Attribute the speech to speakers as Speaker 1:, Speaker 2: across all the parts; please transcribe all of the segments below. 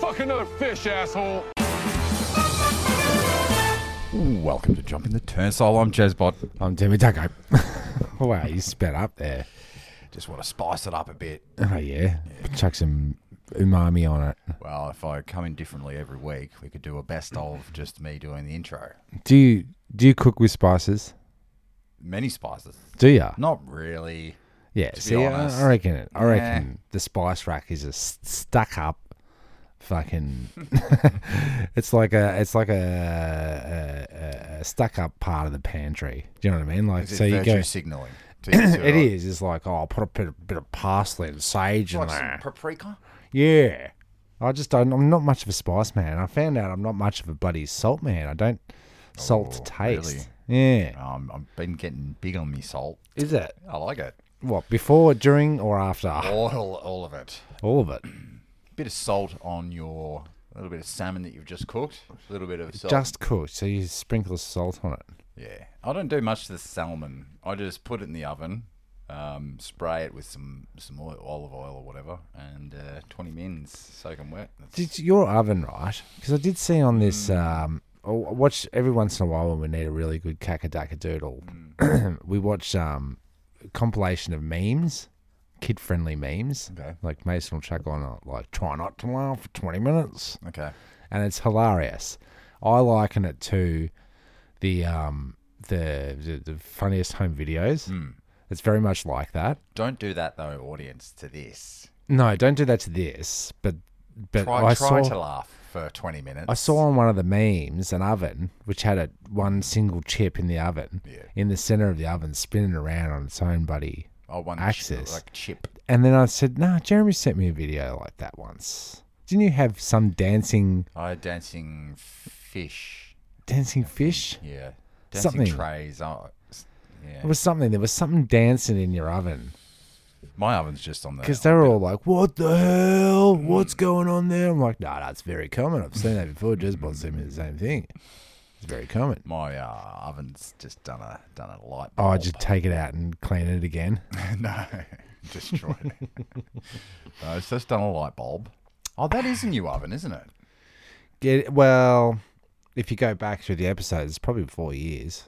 Speaker 1: Fuck another fish, asshole.
Speaker 2: Welcome to Jumping the Turnstile. I'm Jezbot.
Speaker 3: I'm Timmy Taco. wow, you sped up there.
Speaker 2: Just want to spice it up a bit.
Speaker 3: Oh, yeah. Chuck some umami on it.
Speaker 2: Well, if I come in differently every week, we could do a best of just me doing the intro.
Speaker 3: Do you do you cook with spices?
Speaker 2: Many spices.
Speaker 3: Do you?
Speaker 2: Not really.
Speaker 3: yeah.
Speaker 2: Mm, be
Speaker 3: See, I,
Speaker 2: honest.
Speaker 3: I reckon it. I
Speaker 2: Nah.
Speaker 3: reckon the spice rack is a s- stuck up fucking. it's like a it's like a, a, a, a stuck up part of the pantry. Do you know what I mean? Like
Speaker 2: Is it
Speaker 3: so you
Speaker 2: virtue
Speaker 3: go.
Speaker 2: signaling? To you,
Speaker 3: It is. It's like oh, I'll put a bit, bit of parsley and sage in
Speaker 2: Like
Speaker 3: there.
Speaker 2: some paprika?
Speaker 3: Yeah. I just don't. I'm not much of a spice man. I found out I'm not much of a bloody salt man. I don't salt to
Speaker 2: Oh, really?
Speaker 3: taste. Yeah.
Speaker 2: Um, I've been getting big on me salt.
Speaker 3: Is it
Speaker 2: I like it.
Speaker 3: what before, during, or after?
Speaker 2: All, all of it.
Speaker 3: All of it.
Speaker 2: Oh. Bit of salt on your a little bit of salmon that you've just cooked. A little bit of salt.
Speaker 3: Just cooked, so you sprinkle salt on it.
Speaker 2: Yeah, I don't do much to the salmon. I just put it in the oven, um, spray it with some some oil, olive oil or whatever, and uh, twenty mins soaking wet. That's-
Speaker 3: Did your oven right? Because I did see on this.
Speaker 2: Mm.
Speaker 3: Um, I watch every once in a while when we need a really good kakadaka doodle.
Speaker 2: Mm.
Speaker 3: we watch um, compilation of memes, kid friendly memes.
Speaker 2: Okay.
Speaker 3: Like Mason will chuck on uh, like try not to laugh for twenty minutes.
Speaker 2: Okay,
Speaker 3: and it's hilarious. I liken it to the um the the, the funniest home videos.
Speaker 2: Hmm.
Speaker 3: It's very much like that.
Speaker 2: don't do that though, audience. To this,
Speaker 3: No, don't do that to this. But but
Speaker 2: try
Speaker 3: I
Speaker 2: try
Speaker 3: saw
Speaker 2: to laugh for twenty minutes.
Speaker 3: I saw on one of the memes an oven which had a one single chip in the oven
Speaker 2: Yeah.
Speaker 3: in the center of the oven spinning around on its own buddy.
Speaker 2: I won
Speaker 3: Axis.
Speaker 2: like chip.
Speaker 3: And then I said, "Nah, Jeremy sent me a video like that once. Didn't you have some dancing
Speaker 2: I had dancing fish.
Speaker 3: dancing fish?"
Speaker 2: Yeah, dancing
Speaker 3: Something.
Speaker 2: trays. Oh, s- yeah,
Speaker 3: It was something. There was something dancing in your oven.
Speaker 2: my oven's just on the.
Speaker 3: Because they were all like, "What the hell? What's going on there?" I'm like, "Nah, that's very common. I've seen that before. Jezebel sent me the same thing. It's very common."
Speaker 2: my uh, oven's just done a done a light.
Speaker 3: Oh, I
Speaker 2: bulb.
Speaker 3: just take it out and clean it again.
Speaker 2: No, destroyed. no, it's just done a light bulb. Oh, that is a new oven, isn't it?
Speaker 3: Get well. If you go back through the episodes, it's probably four years.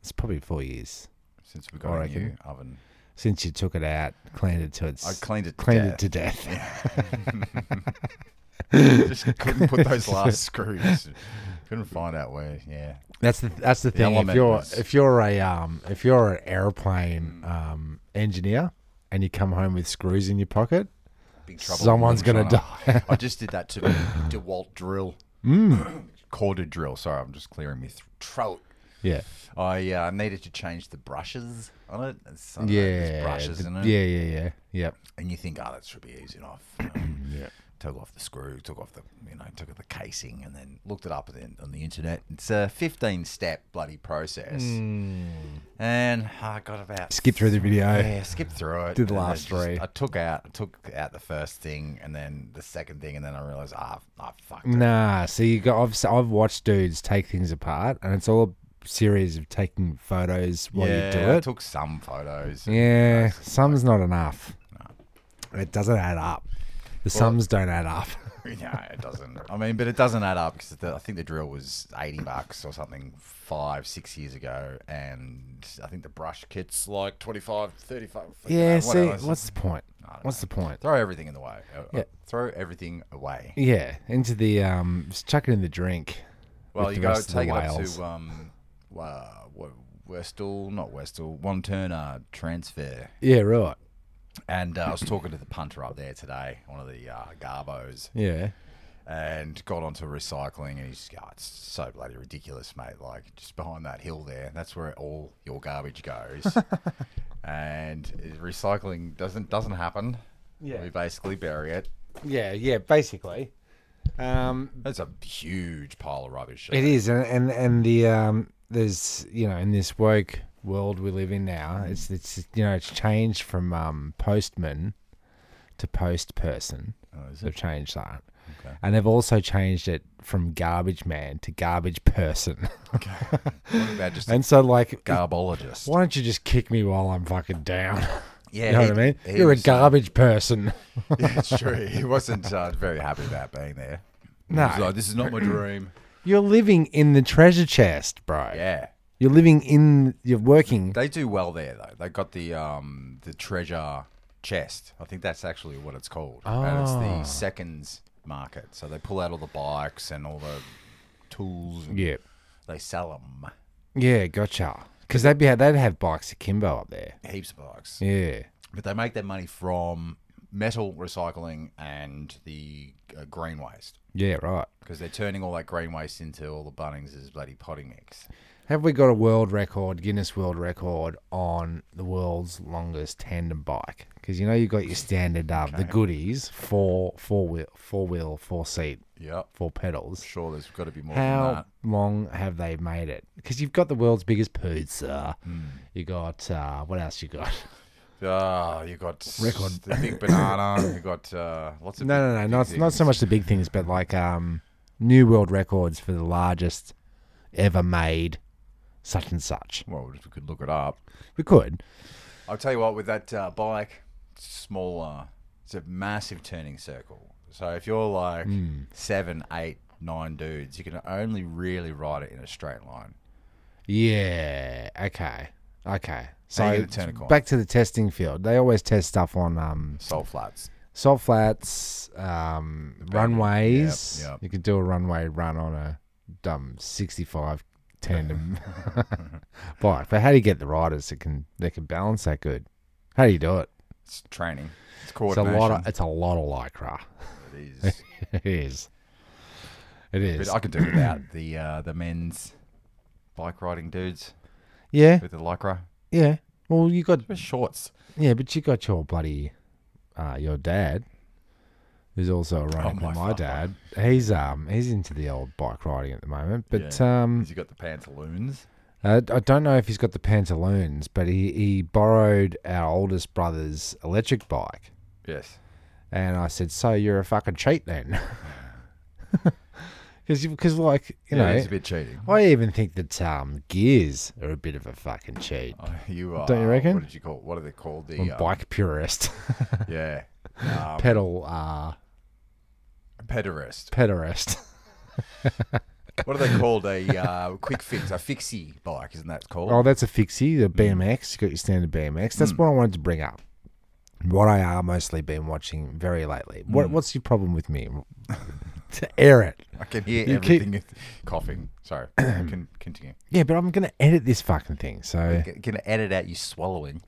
Speaker 3: It's probably four years
Speaker 2: Since we got
Speaker 3: I
Speaker 2: a
Speaker 3: reckon.
Speaker 2: new oven,
Speaker 3: since you took it out, cleaned it to its.
Speaker 2: I cleaned it.
Speaker 3: cleaned
Speaker 2: death.
Speaker 3: it to death.
Speaker 2: Just couldn't put those last screws. Couldn't find out where. Yeah,
Speaker 3: That's the that's the thing.
Speaker 2: element
Speaker 3: if you're
Speaker 2: was-
Speaker 3: if you're a um if you're an airplane um engineer and you come home with screws in your pocket,
Speaker 2: big trouble.
Speaker 3: someone's
Speaker 2: Little
Speaker 3: gonna
Speaker 2: China.
Speaker 3: die.
Speaker 2: I just did that to my Dewalt drill,
Speaker 3: Mm.
Speaker 2: quarter drill. Sorry, I'm just clearing my th- throat.
Speaker 3: yeah.
Speaker 2: I uh, needed to change the brushes on it. It's, I don't know, there's
Speaker 3: Yeah,
Speaker 2: brushes
Speaker 3: the-
Speaker 2: in it.
Speaker 3: Yeah, yeah, yeah, yep.
Speaker 2: and you think, oh, that should be easy enough. yeah. Took off the screw, took off the, you know, took off the casing, and then looked it up then on the internet. It's a 15 step bloody process. And I got about.
Speaker 3: Hmm. Skip through the video.
Speaker 2: Yeah, skipped through it.
Speaker 3: Did the
Speaker 2: and then
Speaker 3: last
Speaker 2: just-
Speaker 3: three.
Speaker 2: I took out, I took out the first thing, and then the second thing, and then I realized, ah, I fucked. it.
Speaker 3: Nah, so you got I've, s- I've watched dudes take things apart, and it's all a series of taking photos while you do
Speaker 2: I
Speaker 3: it.
Speaker 2: took some photos.
Speaker 3: yeah, sums not enough. It doesn't add up. The sums don't add up.
Speaker 2: no, it doesn't. I mean, but it doesn't add up because I think the drill was eighty bucks or something five, six years ago, and I think the brush kit's like 25, 35. you know,
Speaker 3: yeah, see,
Speaker 2: whatever.
Speaker 3: what's the point?
Speaker 2: I don't
Speaker 3: What's the point?
Speaker 2: throw everything in the way? Uh, uh,
Speaker 3: Yeah.
Speaker 2: Throw everything away.
Speaker 3: Yeah, into the um, just chuck it in the drink.
Speaker 2: Well,
Speaker 3: with
Speaker 2: you go
Speaker 3: the rest of the
Speaker 2: take it up
Speaker 3: whales.
Speaker 2: to um, wa- wa- Westall, not Westall, One Turner transfer.
Speaker 3: Yeah, right.
Speaker 2: And uh, I was talking to the punter up there today, one of the uh, Garbos.
Speaker 3: Yeah,
Speaker 2: and got onto recycling and he's just, oh, it's so bloody ridiculous mate like just behind that hill there that's where all your garbage goes and recycling doesn't doesn't happen
Speaker 3: Yeah.
Speaker 2: we basically bury it
Speaker 3: yeah, yeah. Basically, um,
Speaker 2: that's a huge pile of rubbish
Speaker 3: It is, and and and the um, there's you know in this woke world we live in now,
Speaker 2: Mm.
Speaker 3: it's it's you know it's changed from um postman to post person.
Speaker 2: Oh, is
Speaker 3: They've changed that,
Speaker 2: Okay.
Speaker 3: and they've also changed it from garbage man to garbage person.
Speaker 2: what about just a
Speaker 3: and so like,
Speaker 2: garbologist
Speaker 3: why don't you just kick me while I'm fucking down?
Speaker 2: yeah
Speaker 3: you know
Speaker 2: he-
Speaker 3: what I mean?
Speaker 2: he
Speaker 3: You're a
Speaker 2: was- uh,
Speaker 3: garbage person.
Speaker 2: yeah, it's true he wasn't uh, very happy about being there
Speaker 3: No.
Speaker 2: He's like, this is not my dream.
Speaker 3: You're living in the treasure chest, bro.
Speaker 2: Yeah.
Speaker 3: You're living in. You're working.
Speaker 2: They do well there though. They got the um the treasure chest. I think that's actually what it's called. And it's
Speaker 3: Ah.
Speaker 2: the seconds market. So they pull out all the bikes and all the tools. And
Speaker 3: Yeah.
Speaker 2: They sell them.
Speaker 3: Yeah. Gotcha. Because they'd be they'd have bikes akimbo up there.
Speaker 2: Heaps of bikes.
Speaker 3: Yeah.
Speaker 2: But they make their money from metal recycling and the uh, green waste
Speaker 3: Yeah. Right.
Speaker 2: because they're turning all that green waste into all the Bunnings as bloody potting mix.
Speaker 3: Have we got a world record, Guinness World Record, on the world's longest tandem bike? Because you know you got your standard, uh, the goodies, four four wheel, four wheel, four seat,
Speaker 2: Yep.
Speaker 3: four pedals.
Speaker 2: Sure, there's got to be more than
Speaker 3: How
Speaker 2: that.
Speaker 3: long have they made it? Because you've got the world's biggest pizza. You got uh, what else? You got
Speaker 2: Ah, you got
Speaker 3: Record.
Speaker 2: the big banana. you got uh, lots of
Speaker 3: no, no, no,
Speaker 2: big
Speaker 3: not not so
Speaker 2: things.
Speaker 3: much the big things, but like um, new world records for the largest ever made, such and such.
Speaker 2: Well, if we could look it up,
Speaker 3: We could.
Speaker 2: I'll tell you what. With that uh, bike, it's smaller, it's a massive turning circle. So if you're like
Speaker 3: Hmm.
Speaker 2: seven, eight, nine dudes, you can only really ride it in a straight line.
Speaker 3: Yeah. Okay. Okay.
Speaker 2: you
Speaker 3: So
Speaker 2: gotta turn a corner.
Speaker 3: back to the testing field. They always test stuff on um,
Speaker 2: Soul flats.
Speaker 3: salt flats, um, runways.
Speaker 2: yep.
Speaker 3: You could do a runway run on a dumb sixty-five tandem bike. But how do you get the riders that can that can balance that good? How do you do it?
Speaker 2: It's training. It's
Speaker 3: It's a
Speaker 2: coordination.
Speaker 3: lot of it's a lot of lycra.
Speaker 2: it is.
Speaker 3: it is. It
Speaker 2: But
Speaker 3: is.
Speaker 2: I could do without the uh, the men's bike riding dudes
Speaker 3: yeah.
Speaker 2: with the lycra.
Speaker 3: Yeah. Well, you got
Speaker 2: With shorts.
Speaker 3: yeah, but you got your bloody uh, your dad, who's also ironically
Speaker 2: Oh, my
Speaker 3: my,
Speaker 2: father.
Speaker 3: dad. He's um he's into the old bike riding at the moment, but um
Speaker 2: Has he got the pantaloons?
Speaker 3: I, I don't know if he's got the pantaloons, but he he borrowed our oldest brother's electric bike,
Speaker 2: Yes.
Speaker 3: and I said, "So you're a fucking cheat then." Because, because, like you
Speaker 2: yeah,
Speaker 3: know,
Speaker 2: it's a bit cheating.
Speaker 3: I even think that um, gears are a bit of a fucking cheat.
Speaker 2: Oh, You are.
Speaker 3: Don't you reckon?
Speaker 2: What did you call? What are they called? The
Speaker 3: I'm a
Speaker 2: uh,
Speaker 3: bike purist,
Speaker 2: Yeah. Um,
Speaker 3: pedal, uh,
Speaker 2: pederast.
Speaker 3: pederast.
Speaker 2: What are they called? A uh, quick fix, a fixie bike, isn't that it's called?
Speaker 3: Oh, that's a fixie,
Speaker 2: mm.
Speaker 3: the BMX. You got your standard BMX. That's what I wanted to bring up. What I are mostly been watching very lately. What,
Speaker 2: Mm.
Speaker 3: What's your problem with me? to air it.
Speaker 2: I can hear
Speaker 3: you keep-
Speaker 2: everything. Coughing. Sorry. can continue.
Speaker 3: Yeah, but I'm gonna edit this fucking thing. So
Speaker 2: G- Gonna edit out you swallowing.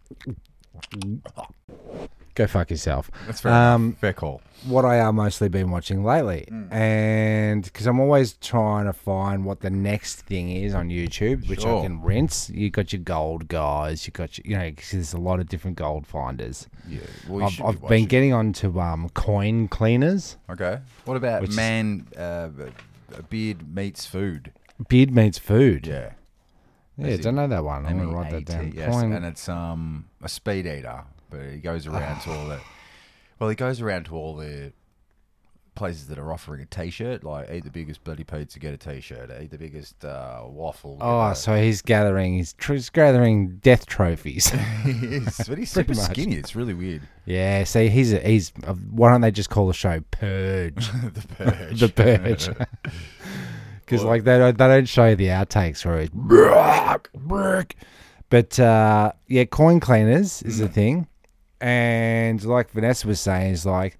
Speaker 3: go fuck yourself.
Speaker 2: That's fair.
Speaker 3: Um,
Speaker 2: enough. Mm. fair call.
Speaker 3: What I are mostly been watching lately, and because I'm always trying to find what the next thing is on YouTube, which
Speaker 2: Sure.
Speaker 3: I can rinse. You got your gold guys. You got your, you know, 'cause there's a lot of different gold finders.
Speaker 2: Yeah. Well, you
Speaker 3: I've,
Speaker 2: should
Speaker 3: I've
Speaker 2: be
Speaker 3: been
Speaker 2: watching.
Speaker 3: getting onto um, coin cleaners.
Speaker 2: Okay. What about
Speaker 3: Which is-
Speaker 2: man? Uh, b- beard meets food.
Speaker 3: Beard meets food.
Speaker 2: Yeah.
Speaker 3: Yeah, don't know that one. I'm
Speaker 2: E
Speaker 3: gonna write that
Speaker 2: M-E-A-T,
Speaker 3: down.
Speaker 2: Yes,
Speaker 3: Coin- Ah.
Speaker 2: and it's um a speed eater, but he goes around to all the well, he goes around to all the places that are offering a T-shirt, like eat the biggest bloody pizza, get a T-shirt, eat the biggest uh, waffle. get
Speaker 3: oh,
Speaker 2: a-
Speaker 3: so he's gathering. He's, tr- he's gathering death trophies.
Speaker 2: he is, but he's super
Speaker 3: Pretty much.
Speaker 2: skinny. It's really weird.
Speaker 3: yeah. See, he's a, he's. uh, Why don't they just call the show Purge?
Speaker 2: the purge.
Speaker 3: the Purge. Because like they don't, they don't show you the outtakes where it's "Bruck, bruck." But uh, yeah, coin cleaners is a
Speaker 2: Mm.
Speaker 3: thing, and like Vanessa was saying, is like,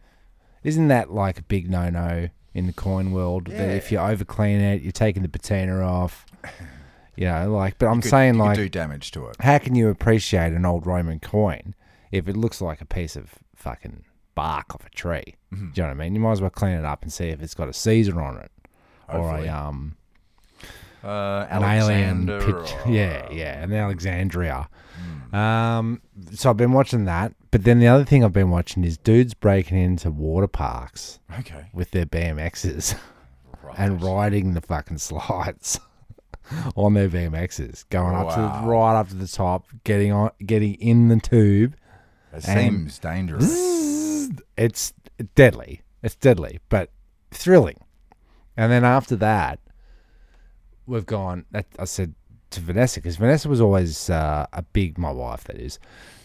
Speaker 3: isn't that like a big no no in the coin world that if you over clean it, you're taking the patina off. You know, like, but I'm
Speaker 2: Could-
Speaker 3: saying
Speaker 2: you could
Speaker 3: like,
Speaker 2: do damage to it.
Speaker 3: how can you appreciate an old Roman coin if it looks like a piece of fucking bark off a tree?
Speaker 2: Mm-hmm.
Speaker 3: Do you know what I mean? You might as well clean it up and see if it's got a Caesar on it or
Speaker 2: Hopefully.
Speaker 3: a um
Speaker 2: Uh,
Speaker 3: an
Speaker 2: Alexander. oh,
Speaker 3: alien picture.
Speaker 2: or- Hmm.
Speaker 3: Yeah, yeah, an Alexandria. Um, so I've been watching that, but then the other thing I've been watching is dudes breaking into water parks
Speaker 2: Okay.
Speaker 3: with their BMXs
Speaker 2: Right.
Speaker 3: and riding the fucking slides on their BMXs, going up
Speaker 2: Wow.
Speaker 3: to right up to the top, getting on, getting in the tube.
Speaker 2: It
Speaker 3: and-
Speaker 2: seems dangerous.
Speaker 3: It's deadly. It's deadly, but thrilling. And then after that, we've gone. that- I said to Vanessa because Vanessa was always uh, a big, my wife that is,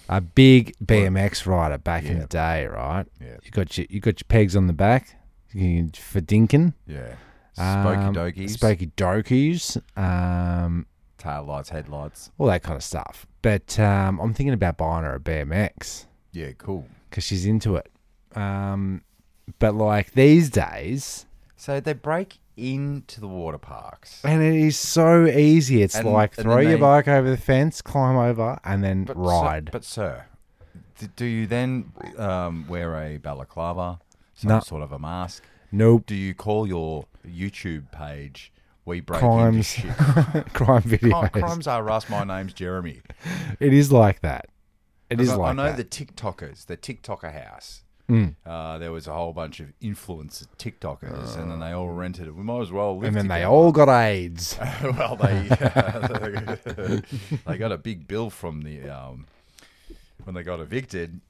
Speaker 3: a big BMX rider back in the day, right?
Speaker 2: Yeah.
Speaker 3: You got your you got your pegs on the back. for Dinkin.
Speaker 2: Yeah. Spooky
Speaker 3: um,
Speaker 2: dokies.
Speaker 3: Spooky dokies. Um,
Speaker 2: Tail lights, headlights.
Speaker 3: all that kind of stuff. But um, I'm thinking about buying her a BMX
Speaker 2: Yeah, cool.
Speaker 3: because she's into it. Um, but like these days,
Speaker 2: So they break into the water parks.
Speaker 3: and it is so easy. It's
Speaker 2: And-
Speaker 3: like
Speaker 2: and
Speaker 3: throw
Speaker 2: then
Speaker 3: your
Speaker 2: they-
Speaker 3: bike over the fence, climb over, and then
Speaker 2: But
Speaker 3: ride.
Speaker 2: Sir, but sir, d- do you then um, wear a balaclava, some
Speaker 3: No.
Speaker 2: sort of a mask?
Speaker 3: nope.
Speaker 2: Do you call your YouTube page "We Break
Speaker 3: Crimes.
Speaker 2: Into Shit"?
Speaker 3: Crime videos.
Speaker 2: Crimes are us. My name's Jeremy.
Speaker 3: It is like that. It is
Speaker 2: I,
Speaker 3: like
Speaker 2: I know
Speaker 3: that.
Speaker 2: the TikTokers, the TikToker house.
Speaker 3: Mm.
Speaker 2: Uh, there was a whole bunch of influencer TikTokers, and then they all rented it. We might as well. Live
Speaker 3: and then they
Speaker 2: together.
Speaker 3: all got AIDS.
Speaker 2: well, they they got a big bill from the um, when they got evicted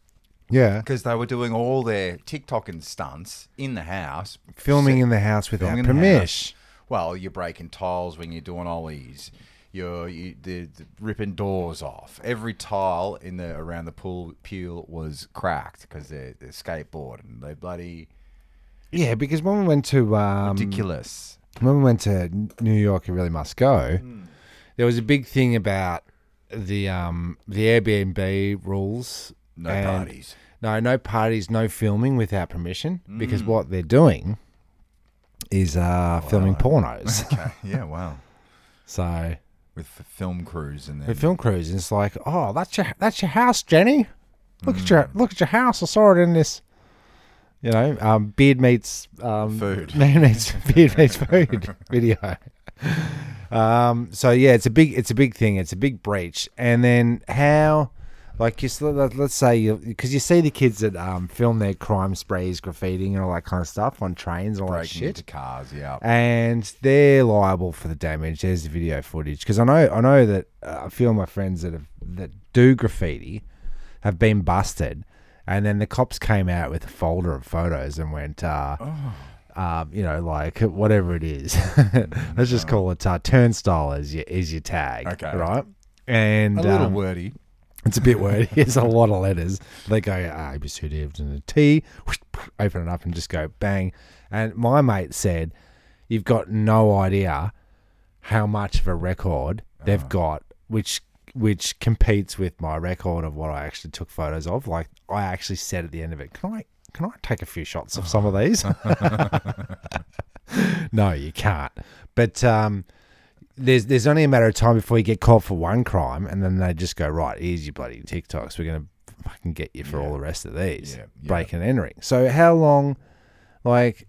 Speaker 3: Yeah.
Speaker 2: because they were doing all their TikTok and stunts in the house.
Speaker 3: Filming in the house without
Speaker 2: Filming in the
Speaker 3: permission.
Speaker 2: Well, you're breaking tiles when you're doing ollies. You're you, the, the ripping doors off. Every tile in the around the pool peel was cracked because they're, they're skateboarding. They bloody
Speaker 3: Yeah, because when we went to um,
Speaker 2: ridiculous.
Speaker 3: when we went to New York, you really must go.
Speaker 2: Hmm.
Speaker 3: There was a big thing about the um, the Airbnb rules.
Speaker 2: No
Speaker 3: and-
Speaker 2: parties.
Speaker 3: No, no parties, no filming without permission. Because what they're doing is uh, filming pornos.
Speaker 2: Okay. Yeah. Wow.
Speaker 3: so
Speaker 2: With the film crews and
Speaker 3: the
Speaker 2: then
Speaker 3: film crews, and it's like, oh, that's your that's your house, Jenny. Look at your look at your house. I saw it in this. You know, um, beard meets um,
Speaker 2: Food.
Speaker 3: Man meets beard meets food video. Um, so yeah, it's a big it's a big thing. It's a big breach. And then how, like, you s- let- let's say you because you see the kids that um, film their crime sprays, graffitiing, and all that kind of stuff on trains and all that
Speaker 2: breaking
Speaker 3: shit
Speaker 2: into cars. Yeah.
Speaker 3: and they're liable for the damage. There's the video footage because I know I know that uh, a few of my friends that have, that do graffiti have been busted, and then the cops came out with a folder of photos and went, uh,
Speaker 2: Oh.
Speaker 3: um, you know, like whatever it is, let's just call it uh, turnstile is your is your tag,
Speaker 2: Okay.
Speaker 3: right? And
Speaker 2: A little
Speaker 3: um,
Speaker 2: wordy.
Speaker 3: it's a bit wordy. It's a lot of letters. They go uh, A, B, C, D, F, G, and T. Open it up and just go bang. And my mate said, "You've got no idea how much of a record
Speaker 2: Uh-huh.
Speaker 3: they've got, which which competes with my record of what I actually took photos of. Like I actually said at the end of it, can I can I take a few shots of some of these? no, you can't. But um, there's there's only a matter of time before you get caught for one crime, and then they just go right. Here's your bloody TikToks. We're gonna fucking get you for all the rest of these.
Speaker 2: Yeah, yeah.
Speaker 3: Breaking and entering. So how long? Like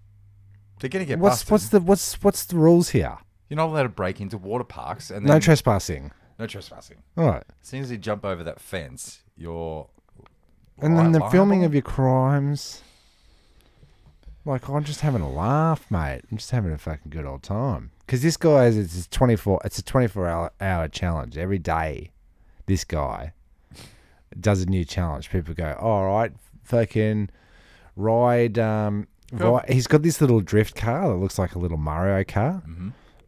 Speaker 2: They're going to get
Speaker 3: what's
Speaker 2: busted.
Speaker 3: what's the what's what's the rules here?
Speaker 2: You're not allowed to break into water parks and then,
Speaker 3: No trespassing.
Speaker 2: no trespassing.
Speaker 3: All right.
Speaker 2: As soon as you jump over that fence, you're
Speaker 3: And then the
Speaker 2: li-
Speaker 3: filming
Speaker 2: liable.
Speaker 3: of your crimes. Like I'm just having a laugh, mate. I'm just having a fucking good old time. Because this guy is it's a 24. It's a 24 hour, hour challenge every day. This guy does a new challenge. People go, all right, fucking ride. Um,
Speaker 2: Cool.
Speaker 3: ri- He's got this little drift car that looks like a little Mario car,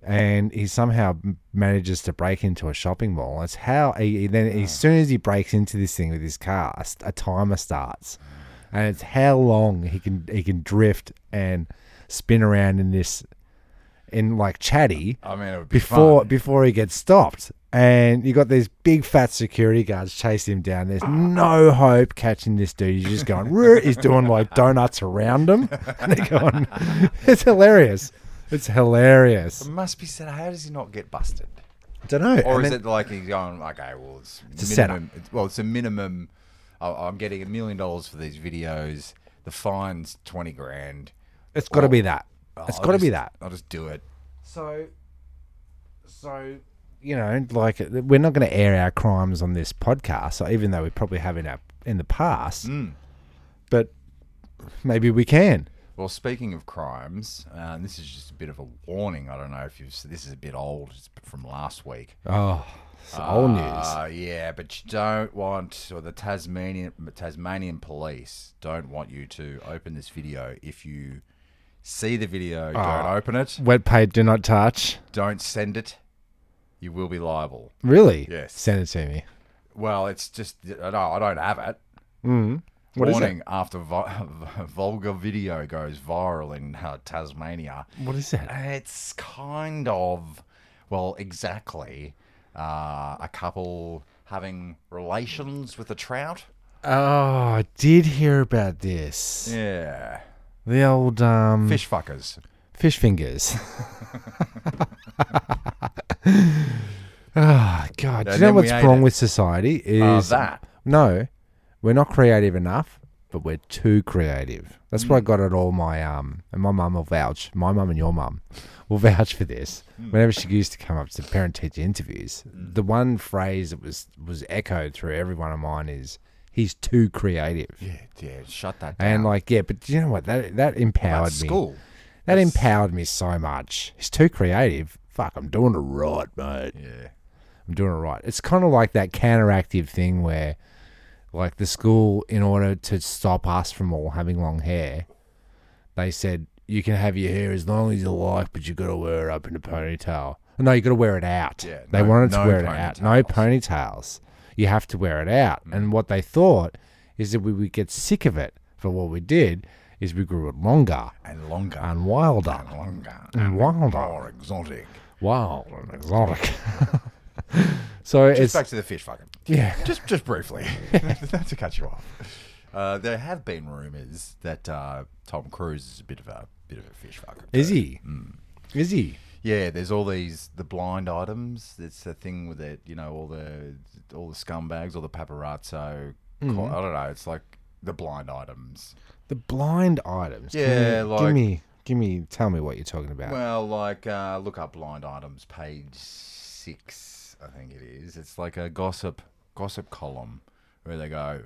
Speaker 3: and he somehow m- manages to break into a shopping mall. It's how he, he then
Speaker 2: Hmm.
Speaker 3: as soon as he breaks into this thing with his car, a, st- a timer starts, and it's how long he can he can drift and spin around in this in like chatty
Speaker 2: I mean, it would be
Speaker 3: before
Speaker 2: fun.
Speaker 3: before he gets stopped. And you got these big fat security guards chasing him down. There's no hope catching this dude. He's just going, "Rrr," he's doing like donuts around him. And they're going, it's hilarious. It's hilarious.
Speaker 2: It must be said. How does he not get busted?
Speaker 3: don't know.
Speaker 2: Or is it like he's going? Okay, well, it's,
Speaker 3: a
Speaker 2: minimum. It's, well, it's a minimum. I- I'm getting a million dollars for these videos. The fine's twenty grand.
Speaker 3: It's got to be that.
Speaker 2: Oh,
Speaker 3: It's
Speaker 2: I'll
Speaker 3: got to be
Speaker 2: just-
Speaker 3: that.
Speaker 2: I'll just do it.
Speaker 3: So, so you know, like we're not going to air our crimes on this podcast, so even though we probably have in our in the past,
Speaker 2: Hmm.
Speaker 3: but maybe we can.
Speaker 2: Well, speaking of crimes, uh, this is just a bit of a warning. I don't know if you've. This is a bit old. It's from last week.
Speaker 3: Oh, it's old news.
Speaker 2: Uh, yeah, but you don't want, or the Tasmanian Tasmanian police don't want you to open this video. If you see the video, don't
Speaker 3: Ah.
Speaker 2: open it.
Speaker 3: Wet paint, do not touch.
Speaker 2: Don't send it. You will be liable.
Speaker 3: Really?
Speaker 2: Yes.
Speaker 3: Send it to me.
Speaker 2: Well, it's just I don't, I don't have it.
Speaker 3: Mm-hmm. What is it?
Speaker 2: Warning after vul- vulgar video goes viral in uh, Tasmania.
Speaker 3: What is that?
Speaker 2: It's kind of, well, exactly uh, a couple having relations with a trout.
Speaker 3: Oh, I did hear about this.
Speaker 2: Yeah.
Speaker 3: The old um,
Speaker 2: Fish fuckers.
Speaker 3: fish fingers. oh, God. Do you
Speaker 2: And
Speaker 3: know
Speaker 2: then we
Speaker 3: what's
Speaker 2: ate
Speaker 3: wrong
Speaker 2: it.
Speaker 3: with society?
Speaker 2: Uh,
Speaker 3: Is
Speaker 2: that.
Speaker 3: No, we're not creative enough, but we're too creative. That's
Speaker 2: Mm.
Speaker 3: where I got it all my um, and my mum will vouch. My mum and your mum will vouch for this.
Speaker 2: Mm.
Speaker 3: Whenever she used to come up to parent teacher interviews, the one phrase that was was echoed through every one of mine is, "He's too creative."
Speaker 2: Yeah, yeah, shut that down.
Speaker 3: And like, yeah, but do you know what? That that empowered
Speaker 2: That's
Speaker 3: me.
Speaker 2: school.
Speaker 3: That empowered me so much. He's too creative. Fuck, I'm doing it right, mate.
Speaker 2: Yeah.
Speaker 3: I'm doing it right. It's kind of like that counteractive thing where, like, the school, in order to stop us from all having long hair, they said, you can have your hair as long as you like, but you got to wear it up in a ponytail. Oh, No, you got to wear it out.
Speaker 2: Yeah,
Speaker 3: they
Speaker 2: no-
Speaker 3: wanted to
Speaker 2: no
Speaker 3: wear it out. No
Speaker 2: ponytails. Mm.
Speaker 3: ponytails. You have to wear it out. And what they thought is that we would get sick of it. But what we did is we grew it longer
Speaker 2: And longer.
Speaker 3: and wilder
Speaker 2: and longer.
Speaker 3: and wilder.
Speaker 2: More exotic.
Speaker 3: Wild and exotic. so it's.
Speaker 2: Just back to the fish fucking.
Speaker 3: yeah.
Speaker 2: just just briefly, not to cut you off. Uh, there have been rumours that uh, Tom Cruise is a bit of a bit of a fish fucker.
Speaker 3: Is
Speaker 2: too.
Speaker 3: he? Is he?
Speaker 2: Yeah, there's all these the blind items. It's the thing with it, you know, all the all the scumbags, all the paparazzo. co- I don't know. It's like the blind items.
Speaker 3: The blind items. Give me-
Speaker 2: Yeah,
Speaker 3: give
Speaker 2: like-
Speaker 3: me, give me, tell me what you're talking about.
Speaker 2: Well, like uh, look up blind items, page six, I think it is. It's like a gossip gossip column where they go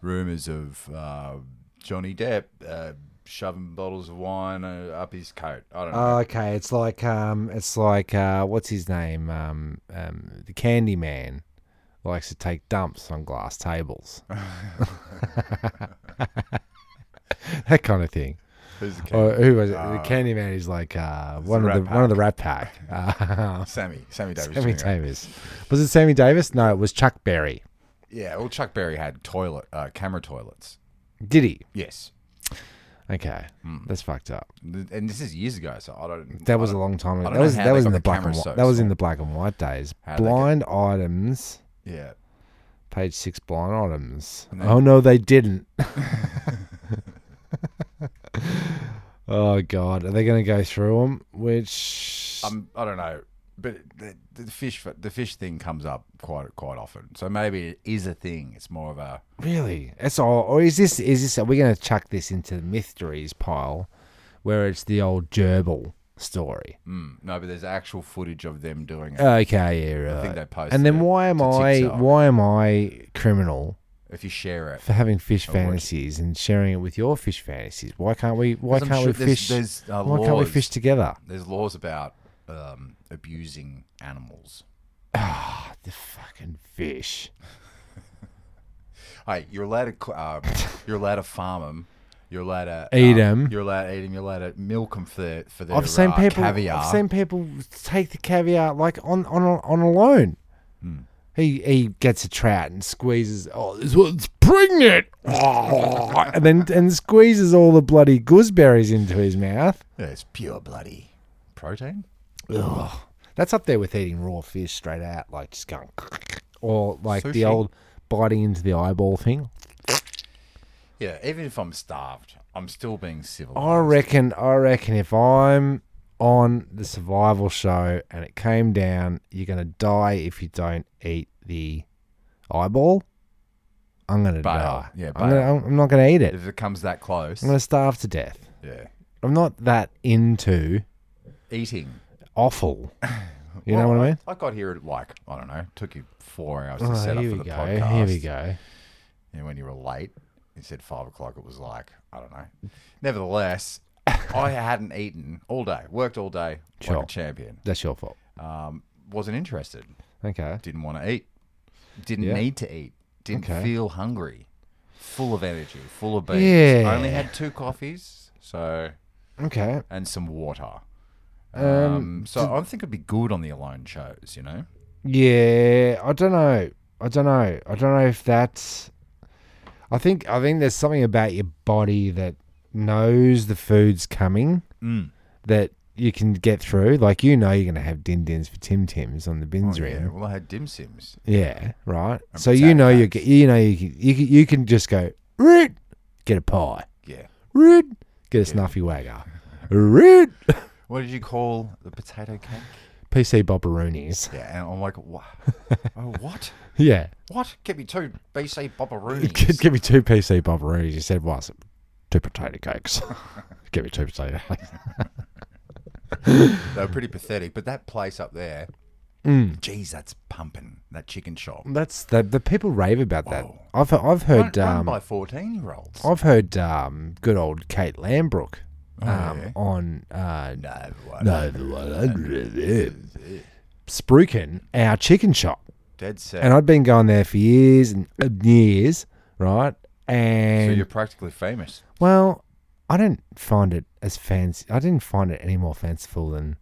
Speaker 2: rumors of uh, Johnny Depp uh, shoving bottles of wine uh, up his coat. I don't know.
Speaker 3: okay, it's like, um, it's like, uh, what's his name? Um, um, the Candy Man likes to take dumps on glass tables. that kind of thing.
Speaker 2: Who's the king?
Speaker 3: Or who was it? the Candy Man is like uh, one of
Speaker 2: Rat
Speaker 3: the one of the Rat Pack. Uh,
Speaker 2: Sammy, Sammy Davis.
Speaker 3: Sammy
Speaker 2: Jr..
Speaker 3: Davis. Was it Sammy Davis? No, it was Chuck Berry.
Speaker 2: Yeah, well, Chuck Berry had toilet uh, camera toilets.
Speaker 3: Did he?
Speaker 2: Yes,
Speaker 3: Okay,
Speaker 2: Hmm.
Speaker 3: that's fucked up.
Speaker 2: and this is years ago, so I don't.
Speaker 3: That was
Speaker 2: I
Speaker 3: a
Speaker 2: don't-
Speaker 3: long time
Speaker 2: I
Speaker 3: ago.
Speaker 2: don't
Speaker 3: That
Speaker 2: know
Speaker 3: was
Speaker 2: how
Speaker 3: that
Speaker 2: they
Speaker 3: was in
Speaker 2: got
Speaker 3: the
Speaker 2: the
Speaker 3: black and
Speaker 2: cameras
Speaker 3: white.
Speaker 2: so
Speaker 3: that was in
Speaker 2: small.
Speaker 3: the black and white days.
Speaker 2: How'd they get-
Speaker 3: blind items,
Speaker 2: yeah.
Speaker 3: page six. Blind items.
Speaker 2: And they-
Speaker 3: Oh no, they didn't. oh god, are they going to go through them? Which
Speaker 2: um, I don't know, but the, the fish the fish thing comes up quite quite often. So maybe it is a thing. It's more of a
Speaker 3: really? It's all. Or is this? Is this? Are we going to chuck this into the mysteries pile, where it's the old gerbil story?
Speaker 2: mm, no, but there's actual footage of them doing it.
Speaker 3: Okay, yeah,
Speaker 2: Mm. I
Speaker 3: right.
Speaker 2: think they posted.
Speaker 3: and then
Speaker 2: it
Speaker 3: why am
Speaker 2: to
Speaker 3: I?
Speaker 2: TikTok.
Speaker 3: Why am I criminal?
Speaker 2: If you share it,
Speaker 3: for having fish
Speaker 2: watch.
Speaker 3: fantasies and sharing it with your fish fantasies. Why can't we? Why
Speaker 2: 'Cause I'm
Speaker 3: can't we
Speaker 2: sure there's-
Speaker 3: fish?
Speaker 2: There's, uh,
Speaker 3: why can't we
Speaker 2: laws-
Speaker 3: fish together?
Speaker 2: There's laws about um, abusing animals.
Speaker 3: Ah, the fucking fish.
Speaker 2: Hey, you're allowed to cl- uh, you're allowed to farm them. You're allowed to
Speaker 3: Eat
Speaker 2: uh,
Speaker 3: 'em.
Speaker 2: You're allowed to eat them. You're allowed to milk them for their for their
Speaker 3: I've seen
Speaker 2: uh,
Speaker 3: people.
Speaker 2: caviar.
Speaker 3: I've seen people take the caviar like on on a- on a loan.
Speaker 2: Hmm.
Speaker 3: He he gets a trout and squeezes. Oh, this one's pregnant. and then and squeezes all the bloody gooseberries into his mouth.
Speaker 2: Yeah, it's pure bloody protein.
Speaker 3: Ugh. That's up there with eating raw fish straight out, like just going, or like the
Speaker 2: Sushi.
Speaker 3: old biting into the eyeball thing.
Speaker 2: Yeah, even if I'm starved, I'm still being civil.
Speaker 3: I reckon. I reckon if I'm on the survival show and it came down, you're gonna die if you don't eat the eyeball. I'm gonna
Speaker 2: Bail.
Speaker 3: die.
Speaker 2: Yeah,
Speaker 3: I'm, gonna,
Speaker 2: bail.
Speaker 3: I'm I'm not gonna eat it.
Speaker 2: If it comes that close,
Speaker 3: I'm gonna starve to death.
Speaker 2: yeah,
Speaker 3: I'm not that into
Speaker 2: eating.
Speaker 3: offal. You know
Speaker 2: Well,
Speaker 3: what I mean?
Speaker 2: I got here at like I don't know. Took you four hours to
Speaker 3: Oh,
Speaker 2: set up
Speaker 3: here
Speaker 2: for
Speaker 3: we
Speaker 2: the
Speaker 3: go.
Speaker 2: podcast.
Speaker 3: Here we go.
Speaker 2: And when you were late, you said five o'clock. It was like I don't know. Nevertheless, I hadn't eaten all day. Worked all day
Speaker 3: Sure.
Speaker 2: like a champion.
Speaker 3: That's your fault.
Speaker 2: Um, wasn't interested.
Speaker 3: Okay.
Speaker 2: Didn't want to eat. Didn't
Speaker 3: Yeah.
Speaker 2: need to eat. Didn't
Speaker 3: Okay.
Speaker 2: feel hungry. Full of energy. Full of beans.
Speaker 3: Yeah.
Speaker 2: Only had two coffees. So
Speaker 3: Okay.
Speaker 2: and some water.
Speaker 3: Um,
Speaker 2: Um, so I think it'd be good on the alone shows, you know.
Speaker 3: Yeah, I don't know. I don't know. I don't know if that's. I think I think there's something about your body that knows the food's coming
Speaker 2: Mm.
Speaker 3: that you can get through. Like you know you're gonna have din dins for Tim Tims on the bins
Speaker 2: Oh, yeah.
Speaker 3: rim.
Speaker 2: Well, I had dim sims.
Speaker 3: Yeah, right.
Speaker 2: And
Speaker 3: so you know you
Speaker 2: potato
Speaker 3: get you know you can, you can, you can just go root get a pie
Speaker 2: Yeah.
Speaker 3: root get a snuffy wagger root
Speaker 2: What did you call the potato cake?
Speaker 3: PC Bobberoonies.
Speaker 2: Yeah, and I'm like, what? oh, what?
Speaker 3: Yeah,
Speaker 2: What? Give me two BC
Speaker 3: give,
Speaker 2: Bobberoonies.
Speaker 3: give me two PC Bobberoonies. You said what? I said, Two potato cakes. give me two potato cakes.
Speaker 2: they were pretty pathetic, but that place up there, geez, that's pumping. That chicken shop.
Speaker 3: That's the the people rave about that.
Speaker 2: Whoa.
Speaker 3: I've I've
Speaker 2: Run,
Speaker 3: heard
Speaker 2: run
Speaker 3: um,
Speaker 2: by 14 year olds.
Speaker 3: I've heard um, good old Kate Lambrook um,
Speaker 2: Oh, yeah.
Speaker 3: on uh,
Speaker 2: No, what?
Speaker 3: no the one hundred yeah. Spruken our chicken shop,
Speaker 2: Dead set.
Speaker 3: and I'd been going there for years and uh, years, right?
Speaker 2: so
Speaker 3: And
Speaker 2: you're practically famous.
Speaker 3: Well, I don't find it as fancy. I didn't find it any more fanciful than